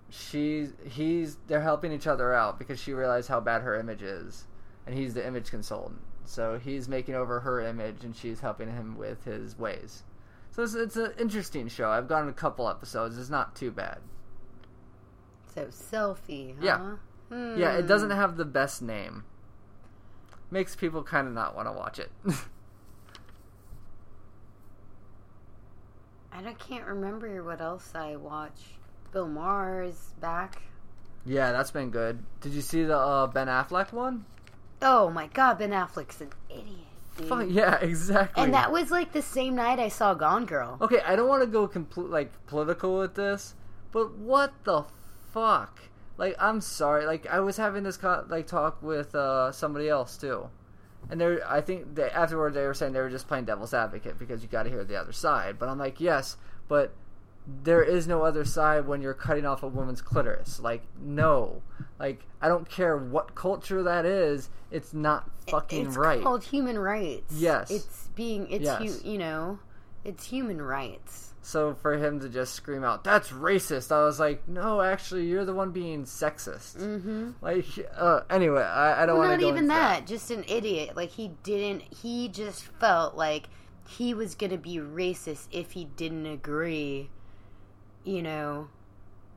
she's he's they're helping each other out because she realized how bad her image is, and he's the image consultant. So he's making over her image, and she's helping him with his ways. So it's, it's an interesting show. I've gotten a couple episodes. It's not too bad.
So selfie. Huh?
Yeah.
Hmm.
Yeah, it doesn't have the best name. Makes people kind of not want to watch it. *laughs*
Hmm. I don't, can't remember what else I watch. Bill Maher's back.
yeah, that's been good. Did you see the uh, Ben Affleck one?
Oh my God, Ben Affleck's an idiot. dude.
Fuck, yeah, *laughs* exactly.
And that was like the same night I saw Gone Girl.
Okay, I don't want to go complete like political with this, but what the fuck? Like, I'm sorry. Like, I was having this co- like talk with uh, somebody else too, and they I think they, afterward they were saying they were just playing devil's advocate because you got to hear the other side. But I'm like, yes, but there is no other side when you're cutting off a woman's clitoris. Like, no. Like, I don't care what culture that is. It's not fucking
it's
right.
called human rights.
Yes.
It's being it's
Yes.
hu- you know, it's human rights.
So for him to just scream out, "That's racist," I was like, "No, actually, you're the one being sexist."
Mm-hmm.
Like, uh, anyway, I, I don't
Well,
want
not
to go
even
into
that,
that.
just an idiot. Like he didn't he just felt like he was going to be racist if he didn't agree, you know,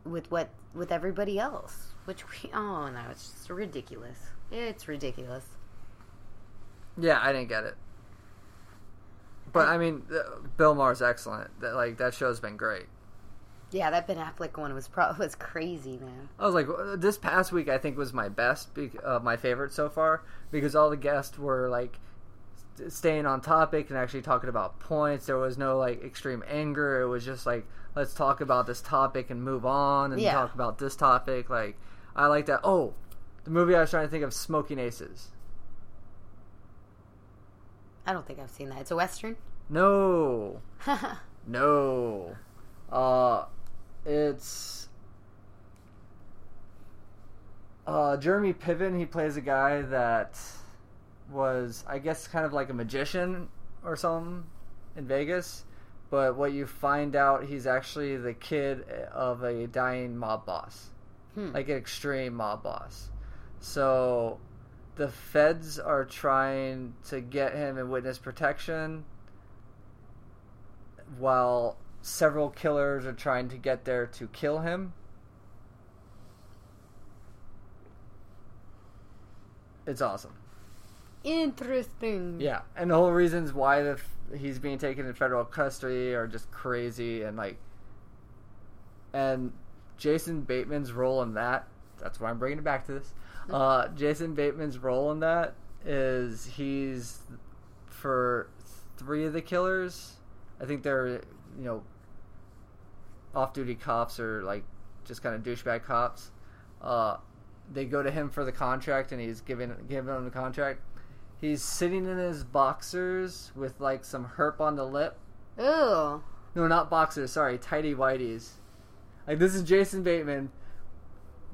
with what with everybody else, which we *laughs* oh no, it's just ridiculous. It's ridiculous.
Yeah, I didn't get it. But I mean, th- Bill Maher's excellent. That like that show's been great.
Yeah, that Ben Affleck one was pro- *laughs* was crazy, man.
I was like, uh, this past week I think was my best, be- uh, my favorite so far because all the guests were like st- staying on topic and actually talking about points. There was no like extreme anger. It was just like let's talk about this topic and move on and
Yeah.
talk about this topic. Like I like that. Oh, the movie I was trying to think of, Smoking Aces.
I don't think I've seen that. It's a western. *laughs* Hmm.
No, no. Uh, it's uh, Jeremy Piven. He plays a guy that was, I guess, kind of like a magician or something in Vegas. But what you find out, he's actually the kid of a dying mob boss,
Hmm.
like an extreme mob boss. So the feds are trying to get him in witness protection while several killers are trying to get there to kill him. It's awesome.
Interesting.
Yeah, and the whole reasons why the f- he's being taken in federal custody are just crazy and like, and Jason Bateman's role in that. That's why I'm bringing it back to this. Uh, Jason Bateman's role in that is he's for three of the killers. I think they're you know off-duty cops or like just kind of douchebag cops. Uh, they go to him for the contract, and he's giving giving them the contract. He's sitting in his boxers with like some herp on the lip.
Oh,
No, not boxers. Sorry, tidy whities. Like this is Jason Bateman.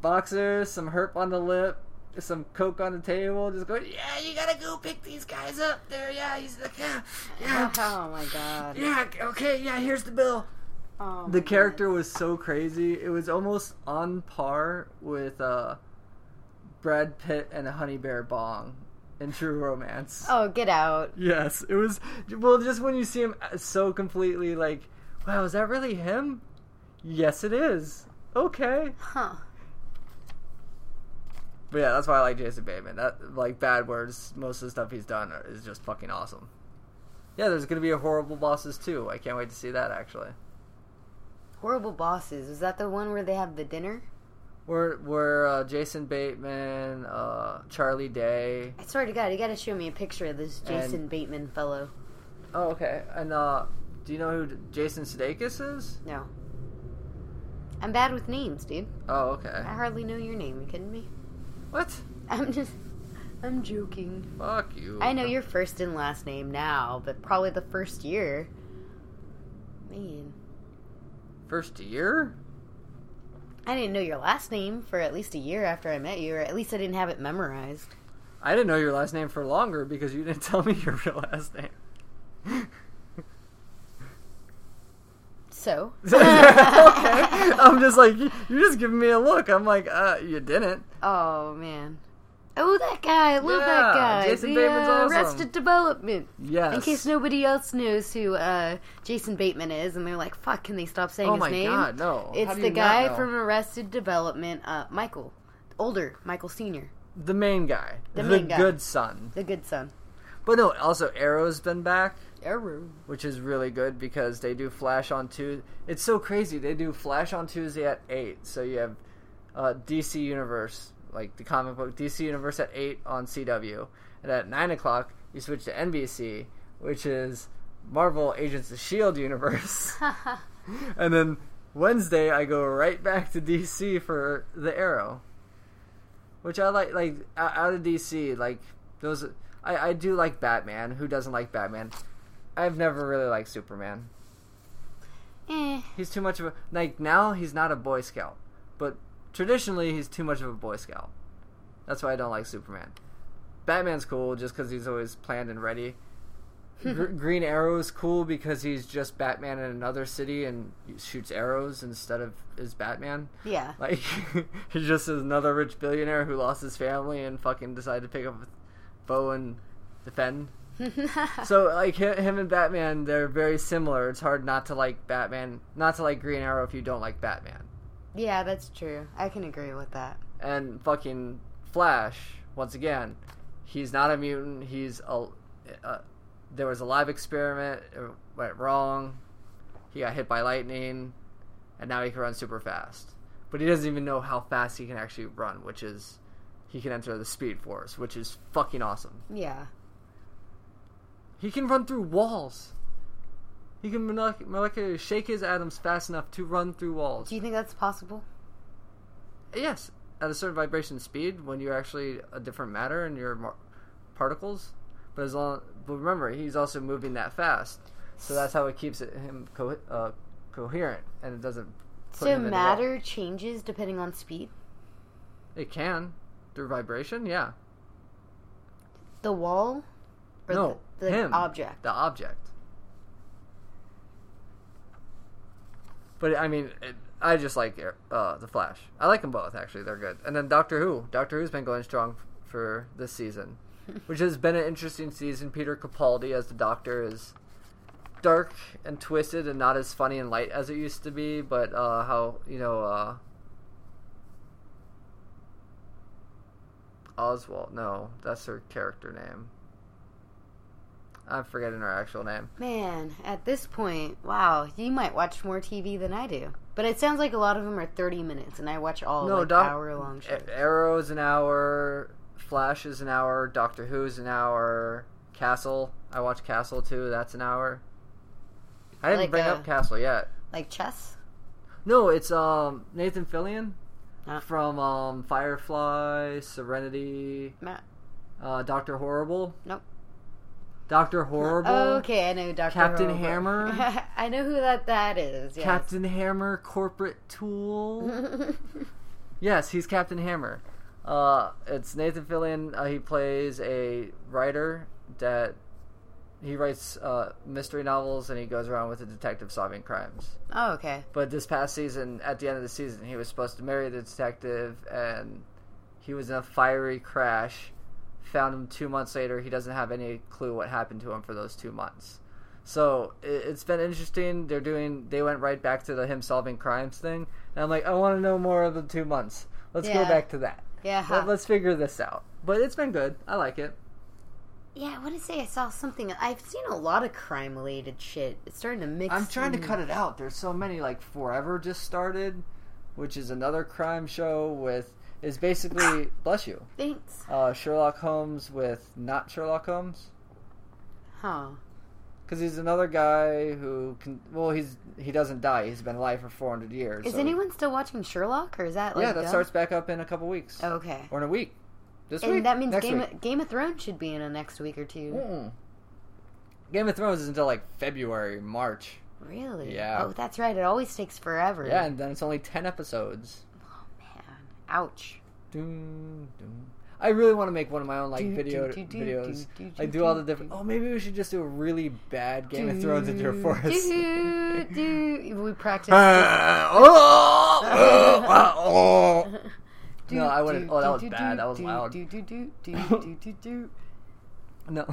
Boxers, some herp on the lip, some coke on the table. Just going, yeah, you gotta go pick these guys up. There, yeah, he's like, yeah, yeah,
oh my god.
yeah. Okay, yeah, here's the bill.
Oh my
The
God.
character was so crazy. It was almost on par with uh, Brad Pitt and a Honey Bear Bong in True Romance.
Oh, get out.
Yes, it was. Well, just when you see him uh, so completely, like, wow, is that really him? Yes, it is. Okay,
Huh.
but yeah, that's why I like Jason Bateman. That like bad words. Most of the stuff he's done are- is just fucking awesome. Yeah, there's gonna be a horrible bosses too. I can't wait to see that actually.
Horrible bosses. Was that the one where they have the dinner?
Where where uh, Jason Bateman, uh, Charlie Day.
I swear to God, you got to show me a picture of this Jason
And-
Bateman fellow.
Oh, okay. And uh, do you know who Jason Sudeikis is?
No. I'm bad with names, dude.
Oh, okay.
I hardly know your name. You kidding me? *laughs*
What?
I'm just. I'm joking.
Fuck you.
I know your first and last name now, but probably the first year. Man.
first year.
I didn't know your last name for at least a year after I met you, or at least I didn't have it memorized.
I didn't know your last name for longer because you didn't *laughs* tell me your real
*laughs*
last name.
*laughs* So.
*laughs* okay. I'm just like, you- you're just giving me a look. I'm like, uh, you didn't.
Oh, man. Oh, that guy. I love
Yeah,
that guy. the,
Jason Bateman's
uh,
awesome.
Arrested Development.
Yes.
In case nobody else knows who uh, Jason Bateman is, and they're like, "Fuck, can they stop saying
Oh
his
my
name?"
god, no. How
It's
do
the
you not
guy
know?
from Arrested Development, uh, Michael, older Michael Senior,
the main guy,
The main guy.
good son.
the good son.
But no, also Arrow's been back,
Arrow.
which is really good because they do Flash on Tuesday. It's so crazy. They do Flash on Tuesday at eight. So you have uh, DC Universe, like the comic book DC Universe at eight on CW, and at nine o'clock you switch to NBC, which is Marvel Agents of Shield E Universe. *laughs* and then Wednesday I go right back to DC for the Arrow, which I like. Like o- out of DC, like those, I I do like Batman. Who doesn't like Batman? I've never really liked Superman.
eh.
He's too much of a like now. He's not a Boy Scout, but traditionally he's too much of a Boy Scout. That's why I don't like Superman. Batman's cool just because he's always planned and ready. Gr- Green Arrow's cool because he's just Batman in another city and shoots arrows instead of is Batman. *laughs*
Yeah. *laughs*
Like he's just another rich billionaire who lost his family and fucking decided to pick up a bow and defend. So like hi- him and Batman, they're very similar. It's hard not to like Batman, not to like Green Arrow if you don't like Batman.
yeah, that's true. I can agree with that.
And fucking Flash, once again, he's not a mutant. He's a, a there was a live experiment. It went wrong. He got hit by lightning, and now he can run super fast. But he doesn't even know how fast he can actually run, which is he can enter the Speed Force, which is fucking awesome.
Yeah.
He can run through walls. He can molec- molecularly shake his atoms fast enough to run through walls.
Do you think that's possible?
Yes, at a certain vibration speed when you're actually a different matter and your mar- particles. But as long, but remember, he's also moving that fast, so that's how it keeps it, him co- uh, coherent and it doesn't. put
So
him in a wall.
matter changes depending on speed.
It can through vibration. Yeah.
The wall. Or
no,
The, the
him,
object.
The object. But I mean, it, I just like uh, the Flash. I like them both actually; they're good. And then Doctor Who. Doctor Who's been going strong f- for
*laughs*
this season, which has been an interesting season. Peter Capaldi as the Doctor is dark and twisted and not as funny and light as it used to be. But uh, how you know uh, Oswald? No, that's her character name. I'm forgetting her actual name.
Man, at this point, wow, you might watch more TV than I do. But it sounds like a lot of them are 30 minutes, and I watch all like
Doc- eh,
hour long shows.
A- Arrow's an hour, Flash is an hour, Doctor Who's an hour, Castle. I watch Castle too. That's an hour. I didn't
Like
bring
a-
up Castle yet.
Like chess?
No, it's um Nathan Fillion
Ah.
from um Firefly, Serenity,
Matt?
uh, Doctor Horrible.
Nope.
Doctor Horrible.
okay, I know Dr.
Captain
Horrible.
Hammer?
I know who that that is. *laughs* Yes.
Captain Hammer, Corporate Tool. Yes, he's Captain Hammer. Uh, it's Nathan Fillion. Uh, he plays a writer that he writes uh, mystery novels and he goes around with a detective solving crimes.
*laughs* oh, okay.
But this past season, at the end of the season, he was supposed to marry the detective and he was in a fiery crash. Found him two months later. He doesn't have any clue what happened to him for those two months. So i- it's been interesting. They're doing. They went right back to the him solving crimes thing, and I'm like, I want to know more of the two months. Let's go
Yeah.
back to that.
Yeah.
Let, us figure this out. But it's been good. I like it.
Yeah, I want to say I saw something. I've seen a lot of crime related shit. It's starting to mix.
I'm trying to cut it out. There's so many like Forever just started, which is another crime show with is basically bless you
Thanks.
uh, Sherlock Holmes with not Sherlock Holmes
Huh.
because he's another guy who can well he's he doesn't die. He's been alive for 400 years.
Is
so-
anyone still watching Sherlock, or is that like
yeah, that
done?
starts back up in a couple weeks
Okay.
or in a week. This
And
week.
that means
next
Game
week.
of, Game of Thrones should be in a next week or two.
Mm-mm. Game of Thrones is until like February, March.
Really?
Yeah.
Oh, that's right. It always takes forever.
Yeah, and then it's only 10 episodes.
Man. Ouch.
Doom, doom. I really want to make one of my own like
Do,
video
do, do, do,
videos.
do, do,
Like
do,
do all
do,
the different.
do.
Oh, maybe we should just do a really bad Game of Thrones intro for us. *laughs*
Do, *laughs* do. We practice.
no,
Do,
No, I wouldn't-
do,
oh, that
do,
was
do,
bad.
do,
That was
do,
loud.
Do, do, do, do, do, do, do.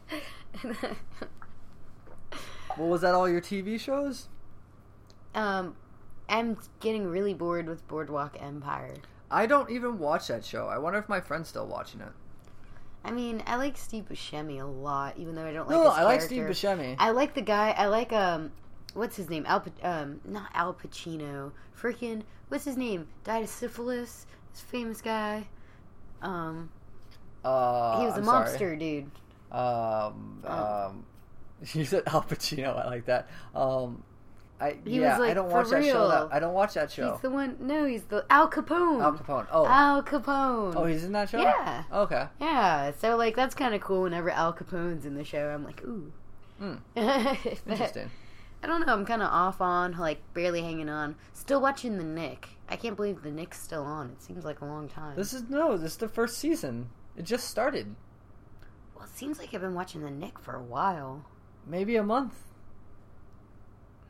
*laughs* well, was that all your TV shows?
um, I'm getting really bored with Boardwalk Empire.
I don't even watch that show. I wonder if my friend's still watching it.
I mean, I like Steve Buscemi a lot, even though I don't like.
No,
his
I like
character.
Steve Buscemi.
I like the guy. I like um, what's his name? Al, Pa- um, not Al Pacino. Freaking, what's his name? Died of syphilis. This famous guy. Um,
Uh,
he was
I'm
a
sorry.
mobster dude.
Um,
Oh.
um, *laughs* you said Al Pacino. I like that. Um, I
He
yeah.
was like,
I don't
"For
watch that show.
real."
That, I don't watch that show.
He's the one. No, he's the Al Capone.
Al Capone. Oh,
Al Capone.
oh, he's in that show.
Um, Yeah. *laughs*
Okay.
Yeah, so like that's kind of cool. Whenever Al Capone's in the show, I'm like, ooh. *laughs*
Hmm. Interesting.
Interesting. I don't know. I'm kind of off on, like barely hanging on. Still watching the Nick. I can't believe the Nick's still on. It seems like a long time.
This is no. This is the first season. It just started.
well, it seems like I've been watching the Nick for a while.
Maybe a month.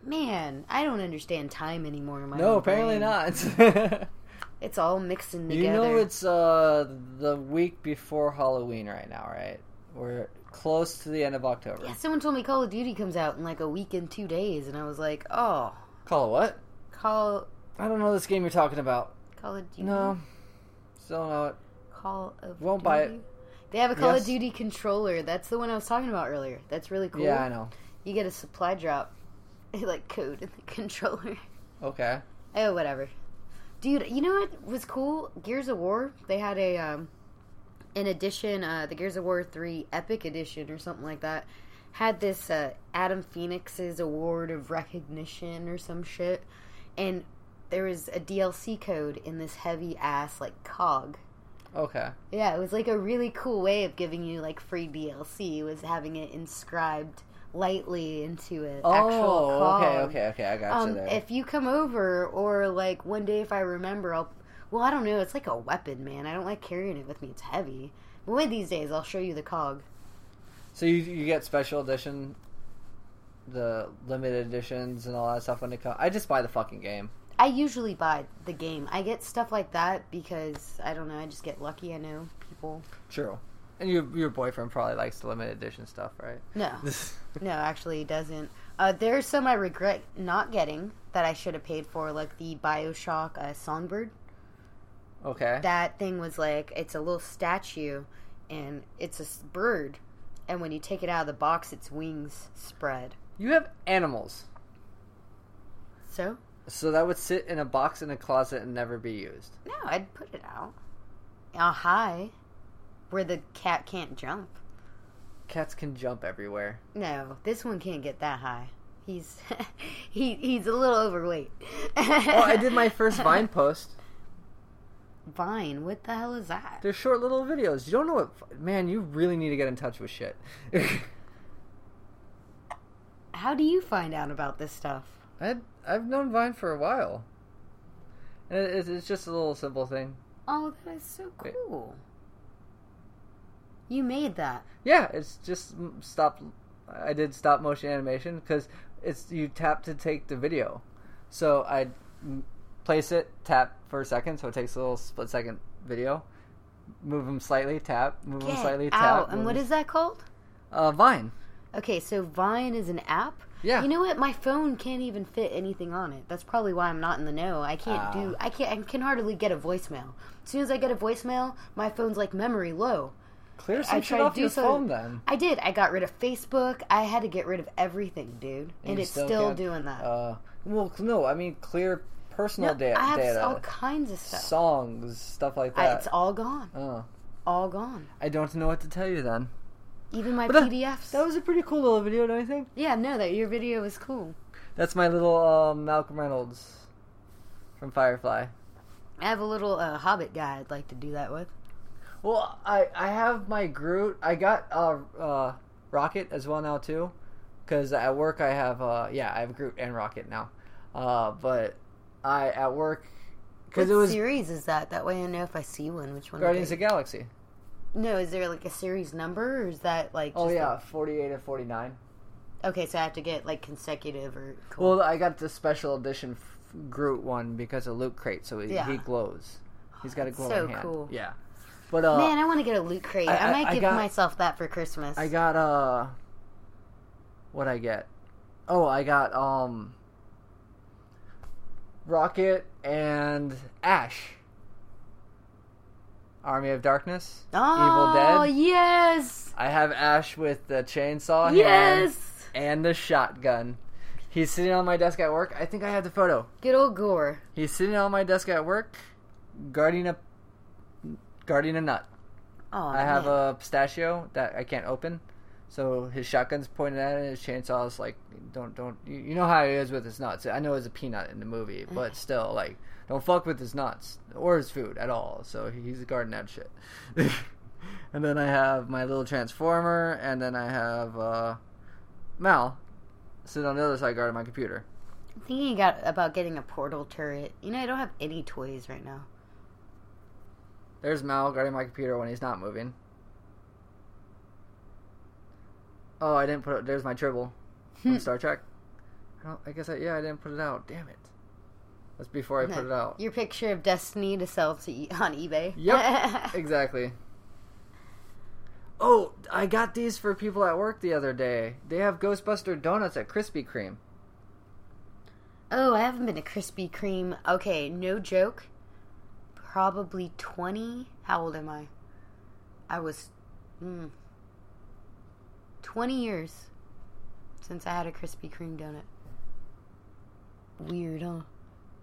Man, I don't understand time anymore. In my
no,
own
apparently
brain.
not. *laughs*
It's all mixing together.
you know, it's uh the week before Halloween right now, right? We're close to the end of October.
yeah, someone told me Call of Duty comes out in like a week and two days, and I was like, oh,
Call it what?
Call
I don't know this game you're talking about.
Call of Duty.
No, still know it.
Call of
Won't
Duty.
buy it.
They have a Call
Yes.
of Duty controller. That's the one I was talking about earlier. That's really cool.
Yeah, I know.
You get a supply drop, *laughs* like code in the *laughs* controller.
Okay.
Oh, whatever. Dude, you know what was cool? Gears of War, they had a um an edition, uh the Gears of War 3 Epic Edition or something like that. Had this uh Adam Phoenix's award of recognition or some shit. And there was a DLC code in this heavy ass like cog.
Okay.
Yeah, it was like a really cool way of giving you like free DLC was having it inscribed lightly into an actual
Oh,
cog.
okay, okay, okay. I got you
Um,
there.
if you come over, or like one day if I remember, I'll. Well, I don't know. It's like a weapon, man. I don't like carrying it with me. It's heavy. But one of these days, I'll show you the cog.
so you you get special edition, the limited editions and all that stuff when it comes. I just buy the fucking game.
I usually buy the game. I get stuff like that because I don't know. I just get lucky. I know people.
True. And your your boyfriend probably likes the limited edition stuff, right?
No, no, actually, he doesn't. Uh, there's some I regret not getting that I should have paid for, like the Bioshock uh, Songbird.
okay.
that thing was like it's a little statue and it's a s- bird and when you take it out of the box its wings spread
You have animals,
so
so that would sit in a box in a closet and never be used.
no i'd put it out on high where the cat can't jump
Cats can jump everywhere.
no this one can't get that high he's *laughs* he he's a little overweight
Oh,
*laughs*
I did my first Vine post.
vine what the hell is that
They're short little videos. You don't know what, man. You really need to get in touch with shit. *laughs*
how do you find out about this stuff
I I've known Vine for a while, and it, it's- it's just a little simple thing.
oh that is so
Wait.
cool you made that
Yeah, it's just m- stop. I did stop motion animation because it's you tap to take the video, so I m- place it, tap for a second, so it takes a little split second video. Move them slightly, tap. Move them
Get
slightly,
out.
tap.
and what is that called
uh, Vine?
Okay, so Vine is an app.
Yeah.
You know what? My phone can't even fit anything on it. That's probably why I'm not in the know. I can't
Ah.
do. I can't. I can hardly get a voicemail. As soon as I get a voicemail, my phone's like memory low.
Clear some
I
shit
tried
off
to
your
do so-
phone then.
I did. I got rid of Facebook. I had to get rid of everything, dude. And,
you
it's still
can't-
doing that.
Uh, well, no, I mean clear personal
No,
da-
I have
data,
all kinds of stuff.
songs, stuff like
I,
that.
it's all gone.
Oh.
All gone.
I don't know what to tell you then.
Even my
But uh, that-
PDFs.
That was a pretty cool little video, don't you think?
yeah, no, that your video was cool.
That's my little uh, Malcolm Reynolds from Firefly.
I have a little uh, Hobbit guy I'd like to do that with.
Well, I, I have my Groot. I got uh, uh, Rocket as well now too, because at work I have uh, yeah I have Groot and Rocket now, uh, but I at work because
What
it was
series is that? That way I know if I see one, which one. it
Guardians
is.
of the Galaxy.
No, is there like a series number, or is that like?
Oh
just
yeah, forty eight and forty nine.
a- okay, so I have to get like consecutive or. Cool.
Well, I got the special edition f- Groot one because of Loot Crate, so he,
Yeah.
he glows. He's got a
That's
glowing
so
hand.
cool.
Yeah, but uh,
Man, I want to get a loot crate. I,
I- I-
might
I
give
got-
myself that for Christmas.
I got uh what I get? Oh, I got um Rocket and Ash. Army of Darkness.
oh,
Evil Dead. Oh,
yes,
I have Ash with the chainsaw hand
yes,
and the shotgun. He's sitting on my desk at work. I think I have the photo.
good old Gore.
He's sitting on my desk at work guarding a guarding a nut.
Oh,
I have
man.
a pistachio that I can't open, so his shotgun's pointed at it. and His chainsaw's like, don't, don't. You, you know how it is with his nuts. I know it's a peanut in the movie, but still, like, don't fuck with his nuts or his food at all. So he's guarding that shit. *laughs* and then I have my little transformer, and then I have uh, Mal sitting on the other side guarding my computer.
I'm thinking about, about getting a portal turret. You know, I don't have any toys right now.
There's Mal guarding my computer when he's not moving. Oh, I didn't put it. There's my tribble
Hmm.
from Star Trek. I, don't, I guess I yeah I didn't put it out. Damn it. That's before I put it out.
Your picture of Destiny to sell to e- *laughs* on eBay. *laughs*
Yep. exactly. Oh, I got these for people at work the other day. They have Ghostbuster donuts at Krispy Kreme.
Oh, I haven't been to Krispy Kreme. Okay, no joke. Probably 20. How old am I? I was Mm. 20 years since I had a Krispy Kreme donut. Weird, huh?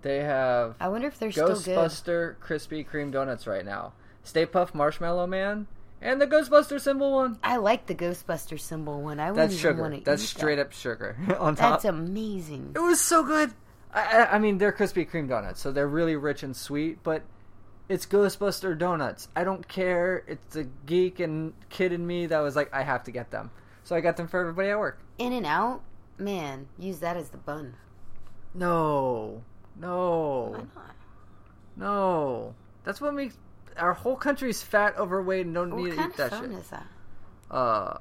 They have
I wonder if they're still good.
Ghostbuster Krispy Kreme donuts right now. Stay Puff Marshmallow Man and the Ghostbuster symbol one.
I like the Ghostbuster symbol one. I wouldn't
That's
even want
sugar.
to
That's
eat
straight
that.
up sugar *laughs* on top.
That's amazing.
it was so good. I, I, I mean, they're Krispy Kreme donuts, so they're really rich and sweet, but it's Ghostbuster donuts. I don't care. It's the geek and kid in me that was like, I have to get them. So I got them for everybody at work.
In and out, man, use that as the bun.
No. No.
Why not?
No. That's what makes our whole country's fat, overweight, and don't need
What
to
kind
eat
of
that
phone
shit.
is that?
Uh,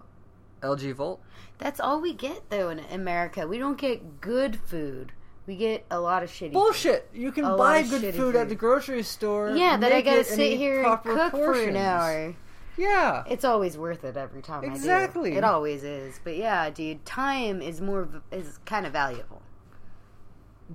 LG Volt.
That's all we get though in America. We don't get good food. We get a lot of shitty.
Bullshit! You can
A lot
buy
of
good
shitty
food, at
food.
the grocery store.
Food. Yeah, that I
make
gotta
it and
sit
eat
here and
proper
cook for an
portions.
hour.
Yeah.
It's always worth it every time. I do.
Exactly.
It always is. But yeah, dude, time is more v- is kind of
*laughs*
valuable.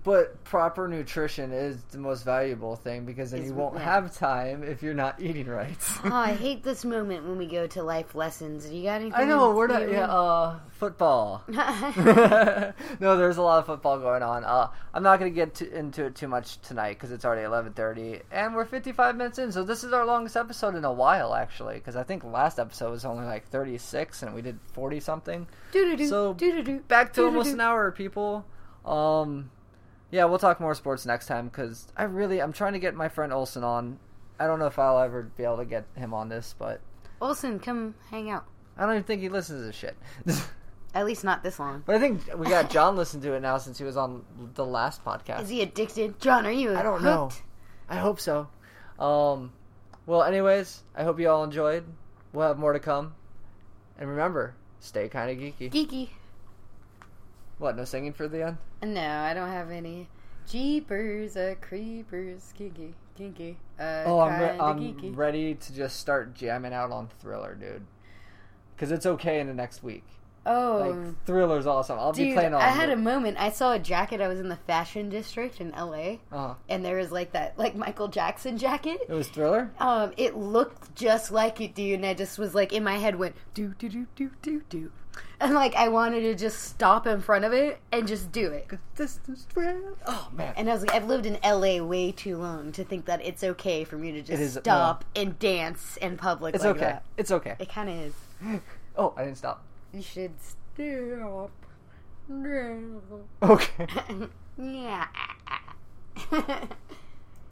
But proper nutrition is the most valuable thing because then
Is-
you won't
yeah.
have time if you're not eating right.
oh, I hate this moment when we go to life lessons. You got anything?
*laughs* I know
in-
we're not.
you-
Yeah, uh,
*laughs*
football. *laughs* no, there's a lot of football going on. Uh, I'm not going to get to, into it too much tonight because it's already 11:30, and we're 55 minutes in. So this is our longest episode in a while, actually, because I think last episode was only like 36, and we did 40 something.
Doo-doo-doo,
So,
doo-doo-doo,
Back to
doo-doo-doo.
almost an hour, people. Um, yeah, we'll talk more sports next time because I really I'm trying to get my friend Olson on. I don't know if I'll ever be able to get him on this, but
Olson, come hang out.
I don't even think he listens to shit. *laughs*
At least not this long.
But I think we got John listened to it now since he was on the last podcast.
Is he addicted? John, are you?
I don't
hooked?
know. I hope so. Um, well, anyways, I hope you all enjoyed. We'll have more to come. And remember, stay kind of geeky.
Geeky.
What, no singing for the end?
No, I don't have any. Jeepers, uh, creepers, kinky, kinky, uh,
Oh, I'm, re-
kinda
I'm
geeky.
ready to just start jamming out on Thriller, dude. Because it's okay in the next week.
oh,
Like, Thriller's awesome. I'll be
dude,
playing all
I had a
loop.
moment. I saw a jacket. I was in the fashion district in L.A.,
Uh-huh.
and there was like that, like Michael Jackson jacket.
It was Thriller?
Um, it looked just like it, dude, and I just was like, in my head went do do do do do do, and like I wanted to just stop in front of it and just do it.
This is Thriller. Oh, man.
And I was like, I've lived in LA way too long to think that it's okay for me to just
It is-
stop and dance in public
it's
like
okay.
that.
It's okay.
It kind of is.
Oh, I didn't stop.
You should stop. *laughs*
Okay. *laughs*
*laughs* yeah.